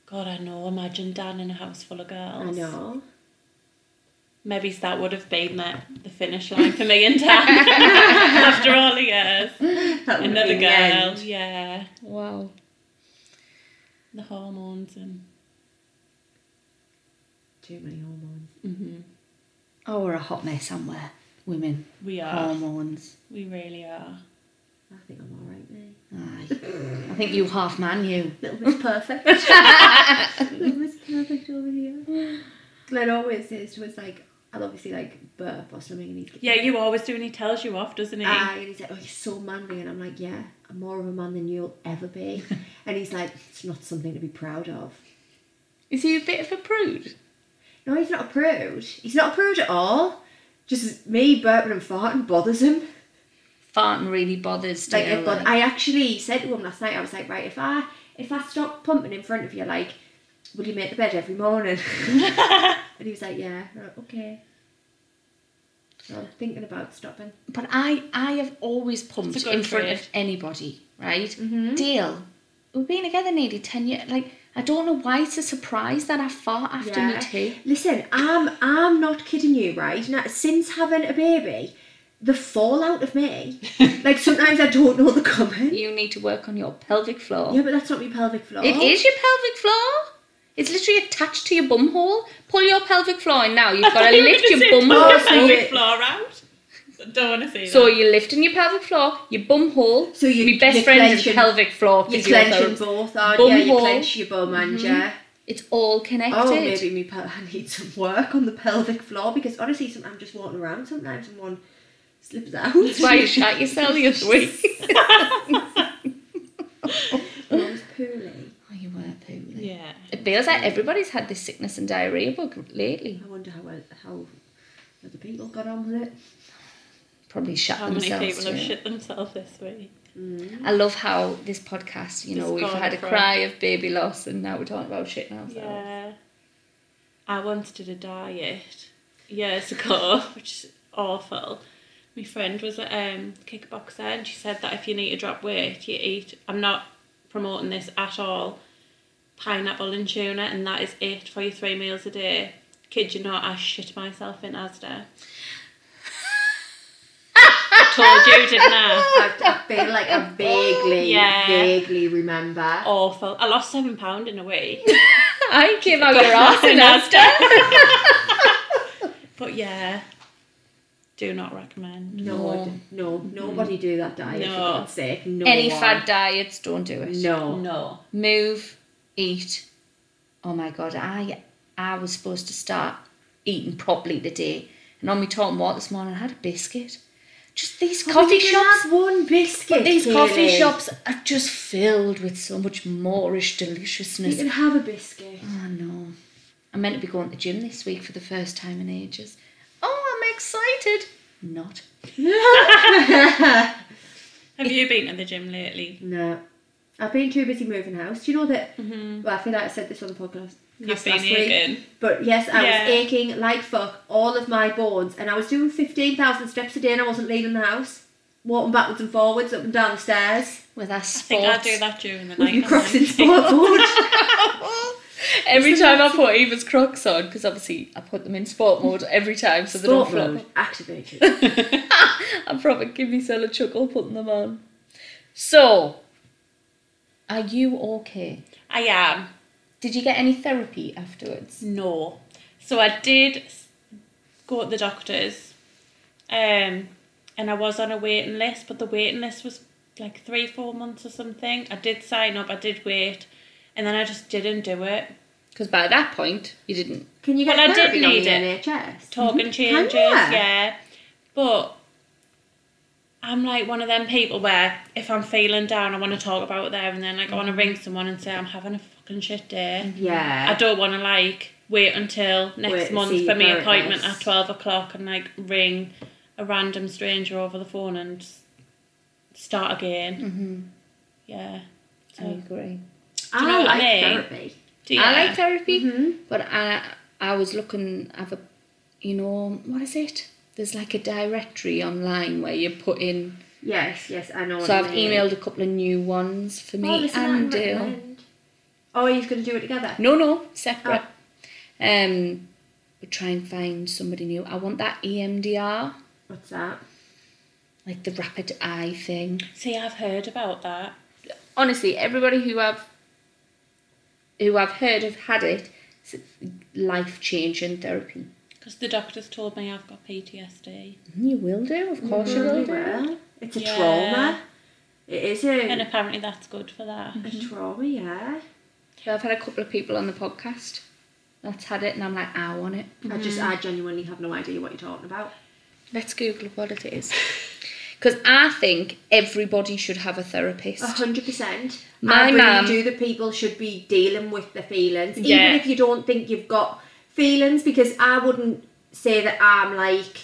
Speaker 2: God, I know. Imagine Dan in a house full of girls.
Speaker 3: I know.
Speaker 2: Maybe that would have been the, the finish line for me and Dan after all the years.
Speaker 1: Mm-hmm.
Speaker 3: That would
Speaker 2: Another
Speaker 3: be
Speaker 2: girl,
Speaker 3: the end.
Speaker 2: yeah.
Speaker 1: Wow.
Speaker 2: The hormones and
Speaker 3: Too many hormones.
Speaker 2: mm-hmm.
Speaker 1: Oh, we're a hot mess, aren't we? Women,
Speaker 2: we
Speaker 1: Ah.
Speaker 2: are,
Speaker 1: Um, hormones.
Speaker 2: we really are.
Speaker 3: I think I'm alright, mate.
Speaker 1: Aye. I think you half man, you.
Speaker 3: Little Miss Perfect. Little Miss Perfect over here. Glenn always says to us like, I'll obviously like burp or something, and he's
Speaker 2: Yeah, you always do, and he tells you off, doesn't he?
Speaker 3: Ah, and he's like, oh, he's so manly, and I'm like, yeah, I'm more of a man than you'll ever be. and he's like, it's not something to be proud of.
Speaker 1: Is he a bit of a prude?
Speaker 3: No, he's not a prude. He's not a prude at all. Just me burping and farting bothers him.
Speaker 1: Farting really bothers
Speaker 3: Like,
Speaker 1: you,
Speaker 3: it bod- I actually said to him last night, I was like, right, if I if I stop pumping in front of you, like, will you make the bed every morning? and he was like, yeah. I'm like, okay. So I'm thinking about stopping.
Speaker 1: But I, I have always pumped
Speaker 2: It's a good
Speaker 1: in front of
Speaker 2: trade.
Speaker 1: anybody, right? Deal. We've been together nearly 10 years. Like, I don't know why it's a surprise that I fart after me too.
Speaker 3: Listen, I'm I'm not kidding you, right? Now, since having a baby, the fallout of me, like sometimes I don't know the comment.
Speaker 1: You need to work on your pelvic floor.
Speaker 3: Yeah, but that's not my pelvic floor.
Speaker 1: It is your pelvic floor. It's literally attached to your bum hole. Pull your pelvic floor in now. You've got to lift your bum
Speaker 3: Oh,
Speaker 1: hole.
Speaker 3: so
Speaker 2: so
Speaker 3: you-
Speaker 2: floor out. Don't want to see
Speaker 1: So
Speaker 2: that.
Speaker 1: you're lifting your pelvic floor, your bum hole.
Speaker 3: So you-
Speaker 1: my best
Speaker 3: you're
Speaker 1: friend is
Speaker 3: clenching-
Speaker 1: pelvic floor
Speaker 3: You're clenching
Speaker 1: physiotherapist.
Speaker 3: both, aren't
Speaker 1: Bum
Speaker 3: you? You
Speaker 1: hole. Mm-hmm.
Speaker 3: clench your bum and yeah.
Speaker 1: It's all connected.
Speaker 3: Oh, maybe me pel- I need some work on the pelvic floor because honestly, sometimes I'm just walking around. Sometimes and one slips out.
Speaker 1: That's why you shat yourself the other week.
Speaker 3: When I was pooling.
Speaker 1: oh, you were pooling.
Speaker 2: yeah.
Speaker 1: It feels like everybody's had this sickness and diarrhea bug lately.
Speaker 3: I wonder how el- how other people got on with it.
Speaker 1: Probably shut
Speaker 2: How many
Speaker 1: themselves.
Speaker 2: people have
Speaker 1: to it.
Speaker 2: shit themselves this week?
Speaker 1: I love how this podcast, you know,
Speaker 2: It's
Speaker 1: we've
Speaker 2: gone
Speaker 1: had a
Speaker 2: from-
Speaker 1: cry of baby loss and now we're talking about shit now.
Speaker 2: Yeah. I once did a diet years ago, which is awful. My friend was a um, kickboxer and she said that if you need to drop weight, you eat, I'm not promoting this at all, pineapple and tuna, and that is it for your three meals a day. Kid you not, I shit myself in Asda. I told you, didn't I?
Speaker 3: I, I feel like I vaguely,
Speaker 2: Yeah.
Speaker 3: vaguely remember.
Speaker 1: Oh,
Speaker 2: Awful. I lost seven pounds in a week.
Speaker 1: I came out your arse and asked
Speaker 2: But yeah, do not recommend.
Speaker 3: No,
Speaker 1: No.
Speaker 3: no, nobody do that diet
Speaker 2: No.
Speaker 3: for God's sake. No
Speaker 1: Any
Speaker 3: one.
Speaker 1: fad diets, don't do it.
Speaker 3: No.
Speaker 2: No.
Speaker 1: Move, eat. Oh my god, I I was supposed to start eating properly today. And on me talking what this morning, I had a biscuit. Just these coffee
Speaker 3: Oh, You can
Speaker 1: shops.
Speaker 3: have one biscuit.
Speaker 1: But these coffee
Speaker 3: Kayleigh.
Speaker 1: shops are just filled with so much Moorish
Speaker 3: You
Speaker 1: deliciousness.
Speaker 3: can have a biscuit.
Speaker 1: Oh no. I'm meant to be going to the gym this week for the first time in ages. Oh, I'm excited. Not.
Speaker 2: Have you been to the gym lately?
Speaker 3: No. I've been too busy moving house. Do you know that? Well, I feel like I said this on the podcast.
Speaker 2: Mm-hmm. You've
Speaker 3: last
Speaker 2: been
Speaker 3: week.
Speaker 2: eating.
Speaker 3: But yes, I
Speaker 2: Yeah.
Speaker 3: was aching like fuck, all of my bones, and I was doing 15,000 steps a day and I wasn't leaving the house. Walking backwards and forwards, up and down the stairs.
Speaker 1: With our
Speaker 2: I think
Speaker 1: sports.
Speaker 2: I do that during the
Speaker 3: With
Speaker 2: night.
Speaker 3: your crocs in
Speaker 2: sometimes.
Speaker 3: sport mode.
Speaker 1: Every time I put Eva's Crocs on, because obviously I put them in sport mode every time, so they don't
Speaker 3: Sport
Speaker 1: flop.
Speaker 3: mode activated.
Speaker 1: I probably give myself a chuckle putting them on. So, are you okay?
Speaker 2: I am.
Speaker 1: Did you get any therapy afterwards?
Speaker 2: No. So I did s- go to the doctors, um, and I was on a waiting list, but the waiting list was like three, four months or something. I did sign up, I did wait, and then I just didn't do it.
Speaker 1: Because by that point, you didn't.
Speaker 3: Can you get
Speaker 2: Well, I
Speaker 3: therapy
Speaker 2: did
Speaker 3: on
Speaker 2: need
Speaker 3: the
Speaker 2: it.
Speaker 3: NHS?
Speaker 2: Talking changes,
Speaker 3: yeah.
Speaker 2: yeah. But I'm like one of them people where if I'm feeling down, I want to talk about it there and then, like, I want to ring someone and say I'm having a fucking shit day. I
Speaker 3: Yeah.
Speaker 2: don't want to like wait until next
Speaker 3: Wait to
Speaker 2: month
Speaker 3: see
Speaker 2: for my
Speaker 3: how it
Speaker 2: appointment
Speaker 3: goes.
Speaker 2: at 12 o'clock and like ring a random stranger over the phone and s- start again. Mm-hmm. Yeah.
Speaker 1: I agree.
Speaker 3: I,
Speaker 2: you know what I
Speaker 3: like
Speaker 2: mean?
Speaker 3: therapy.
Speaker 2: Do you?
Speaker 1: I like therapy,
Speaker 3: Mm-hmm.
Speaker 1: but I I was looking. I've a, you know, what is it? There's like a directory online where you put in.
Speaker 3: Yes, yes, I know what
Speaker 1: So
Speaker 3: you
Speaker 1: I've
Speaker 3: mean.
Speaker 1: emailed a couple of new ones for
Speaker 3: oh,
Speaker 1: me
Speaker 3: listen, I
Speaker 1: and Dale.
Speaker 3: recommend. Oh, he's going to do it together?
Speaker 1: No, no, separate. Um, we try and find somebody new. I want that E EMDR,
Speaker 3: What's that?
Speaker 1: like the rapid eye thing.
Speaker 2: See, I've heard about that.
Speaker 1: Honestly, everybody who I've who I've heard have had it. It's life changing therapy.
Speaker 2: Because the doctors told me I've got PTSD
Speaker 1: Mm-hmm. You will do, of course you will do.
Speaker 3: Well, it's a
Speaker 2: Yeah.
Speaker 3: trauma. It is a,
Speaker 2: and apparently that's good for that.
Speaker 3: a trauma, yeah.
Speaker 1: So I've had a couple of people on the podcast that's had it, and I'm like, I want it.
Speaker 3: I just, I genuinely have no idea what you're talking about.
Speaker 1: Let's Google what it is. Because I think everybody should have a therapist.
Speaker 3: A hundred percent.
Speaker 1: My
Speaker 3: I really
Speaker 1: mum-
Speaker 3: do that people should be dealing with the feelings,
Speaker 2: Yeah.
Speaker 3: even if you don't think you've got feelings, because I wouldn't say that I'm like,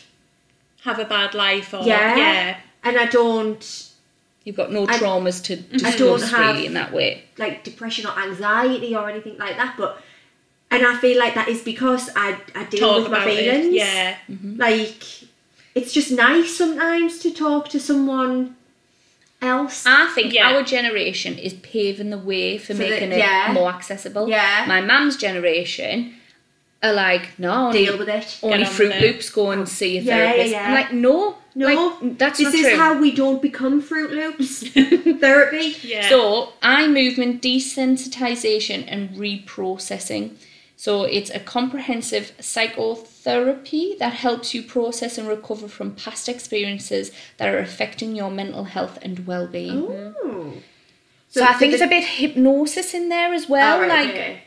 Speaker 2: Have a bad life or
Speaker 3: yeah,
Speaker 2: yeah.
Speaker 3: and I don't
Speaker 1: You've got no
Speaker 3: I-
Speaker 1: traumas to discuss
Speaker 3: don't have-
Speaker 1: really in that way.
Speaker 3: like depression or anxiety or anything like that, but. And I feel like that is because I, I deal
Speaker 2: Talk
Speaker 3: with my
Speaker 2: about it.
Speaker 3: feelings.
Speaker 2: Yeah.
Speaker 3: Like, it's just nice sometimes to talk to someone else.
Speaker 1: I think
Speaker 2: Yeah.
Speaker 1: our generation is paving the way for,
Speaker 3: For the-
Speaker 1: making it
Speaker 3: yeah.
Speaker 1: more accessible.
Speaker 3: Yeah.
Speaker 1: My mum's generation are like, no, only,
Speaker 3: deal with it.
Speaker 1: only
Speaker 2: Get on
Speaker 1: Fruit
Speaker 2: with it.
Speaker 1: Loops go and see a
Speaker 3: Yeah, yeah,
Speaker 1: therapist.
Speaker 3: yeah.
Speaker 1: I'm like, no,
Speaker 3: No,
Speaker 1: like, that's
Speaker 3: this
Speaker 1: not
Speaker 3: is
Speaker 1: true.
Speaker 3: how we don't become Fruit Loops therapy.
Speaker 2: Yeah.
Speaker 1: So, eye movement desensitization and reprocessing. So, it's a comprehensive psychotherapy that helps you process and recover from past experiences that are affecting your mental health and well being.
Speaker 3: Oh.
Speaker 1: Mm-hmm. So, I think it's a bit hypnosis in there as well. like,
Speaker 3: okay.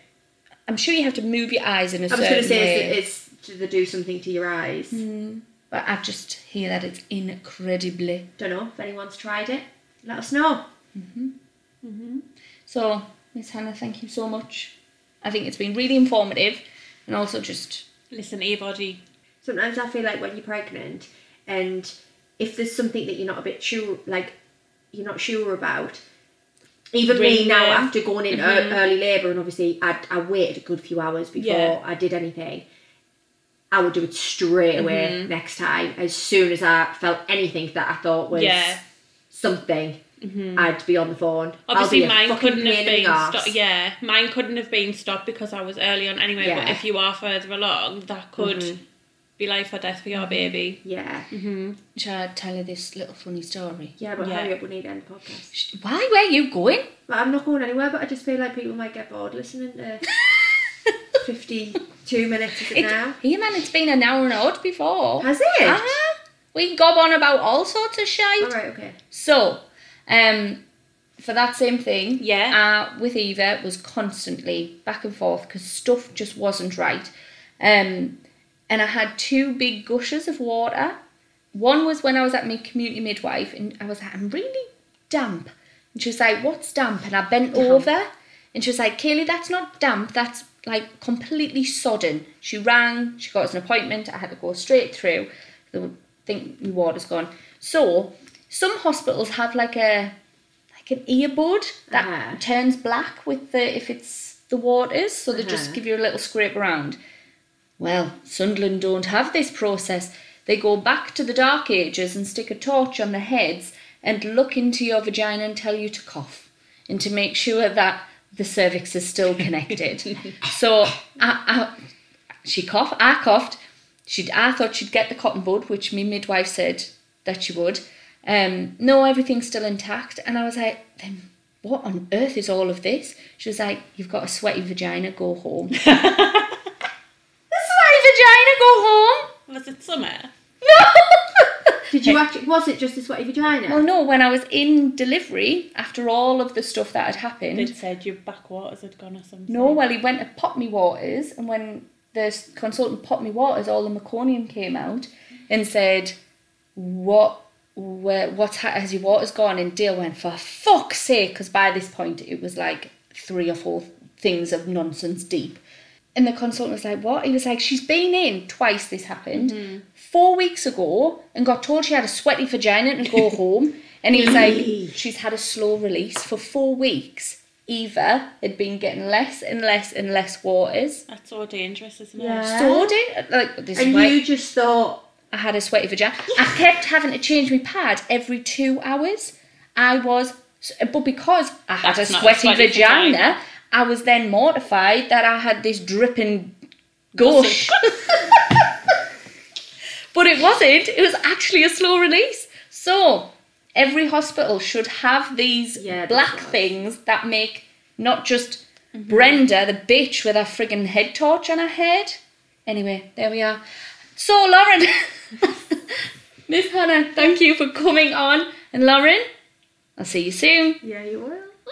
Speaker 1: I'm sure you have to move your eyes in a
Speaker 3: I was
Speaker 1: certain
Speaker 3: going to say,
Speaker 1: way.
Speaker 3: it's, it's do they do something to your eyes?
Speaker 1: Mm. but I just hear that it's incredibly.
Speaker 3: Don't know if anyone's tried it. Let us know.
Speaker 1: So, Miss Hannah, thank you so much. I think it's been really informative and also just
Speaker 2: Listen to your body.
Speaker 3: Sometimes I feel like when you're pregnant, and if there's something that you're not a bit sure, like you're not sure about. Even me
Speaker 2: Ring
Speaker 3: now,
Speaker 2: them.
Speaker 3: after going into
Speaker 2: Mm-hmm.
Speaker 3: early labour, and obviously I, I waited a good few hours before
Speaker 2: Yeah.
Speaker 3: I did anything. I would do it straight away
Speaker 2: Mm-hmm.
Speaker 3: next time. As soon as I felt anything that I thought was
Speaker 2: Yeah. Mm-hmm.
Speaker 3: something, I'd be on the phone. I'll
Speaker 2: Obviously,
Speaker 3: be a
Speaker 2: mine
Speaker 3: fucking
Speaker 2: couldn't
Speaker 3: pain
Speaker 2: have
Speaker 3: in the
Speaker 2: been
Speaker 3: arse.
Speaker 2: stopped. Yeah, mine couldn't have been stopped because I was early on anyway. But
Speaker 3: Yeah. Mm-hmm.
Speaker 2: if you are further along, that could be life or death for your
Speaker 3: Mm.
Speaker 2: baby.
Speaker 3: Yeah,
Speaker 1: Shall I tell you this little funny story?
Speaker 3: yeah, but
Speaker 2: Yeah.
Speaker 3: hurry up, we need to end the podcast.
Speaker 1: Why were you going?
Speaker 3: But I'm not going anywhere, but I just feel like people might get bored listening to 52 minutes is it,
Speaker 1: It,
Speaker 3: now.
Speaker 1: yeah, man, it's been an hour and odd before.
Speaker 3: Has it?
Speaker 1: Uh-huh. We gob on about all sorts of shite.
Speaker 3: All right, okay.
Speaker 1: So, um, for that same thing,
Speaker 2: Yeah.
Speaker 1: uh, with Eva was constantly back and forth because stuff just wasn't right. Um, and I had two big gushes of water. One was when I was at my community midwife, and I was like, I'm really damp. And she was like, What's damp? And I bent over, and she was like, Kaylee, that's not damp, that's like completely sodden. She rang, she got us an appointment, I had to go straight through. The thing, the water's gone. So, some hospitals have like a like an earbud that
Speaker 3: Uh-huh.
Speaker 1: turns black with the if it's the waters, so they just
Speaker 3: Uh-huh.
Speaker 1: give you a little scrape around. Well, Sunderland don't have this process. They go back to the Dark Ages and stick a torch on their heads and look into your vagina and tell you to cough and to make sure that the cervix is still connected. so I, I, she coughed, I coughed. She, I thought she'd get the cotton bud, which my midwife said that she would. Um, no, everything's still intact. And I was like, then what on earth is all of this? She was like, you've got a sweaty vagina, go home. This is my vagina. Go home.
Speaker 2: Was it summer?
Speaker 3: Did you actually, was it just a sweaty vagina?
Speaker 1: Well, no. When I was in delivery, after all of the stuff that had happened,
Speaker 2: It said your backwaters had gone or something.
Speaker 1: no. Well, he went to pop me waters, and when the s- consultant popped me waters, all the meconium came out, and said, "What? Where? What's ha- has your waters gone?" And Dale went, "For fuck's sake!" Because by this point, it was like three or four things of nonsense deep. And the consultant was like, What? He was like, She's been in twice this happened, four weeks ago, and got told she had a sweaty vagina and go home. And he was like, She's had a slow release for four weeks. Eva had been getting less and less and less waters.
Speaker 2: That's so dangerous, isn't
Speaker 3: Yeah.
Speaker 2: it?
Speaker 1: Stored it like this
Speaker 3: and
Speaker 1: is why
Speaker 3: Ah. you just thought,
Speaker 1: I had a sweaty vagina. I kept having to change my pad every two hours. I was, but because I had
Speaker 2: That's
Speaker 1: a
Speaker 2: not a
Speaker 1: sweaty,
Speaker 2: sweaty
Speaker 1: vagina,
Speaker 2: vagina.
Speaker 1: I was then mortified that I had this dripping gush. but it wasn't. It was actually a slow release. So every hospital should have these
Speaker 3: Yeah, that's
Speaker 1: black
Speaker 3: right.
Speaker 1: things that make not just Brenda the bitch with her friggin' head torch on her head. Anyway, there we are. So Lauren, Miss Hannah, thank you for coming on, and Lauren, I'll see you soon.
Speaker 3: yeah, you will.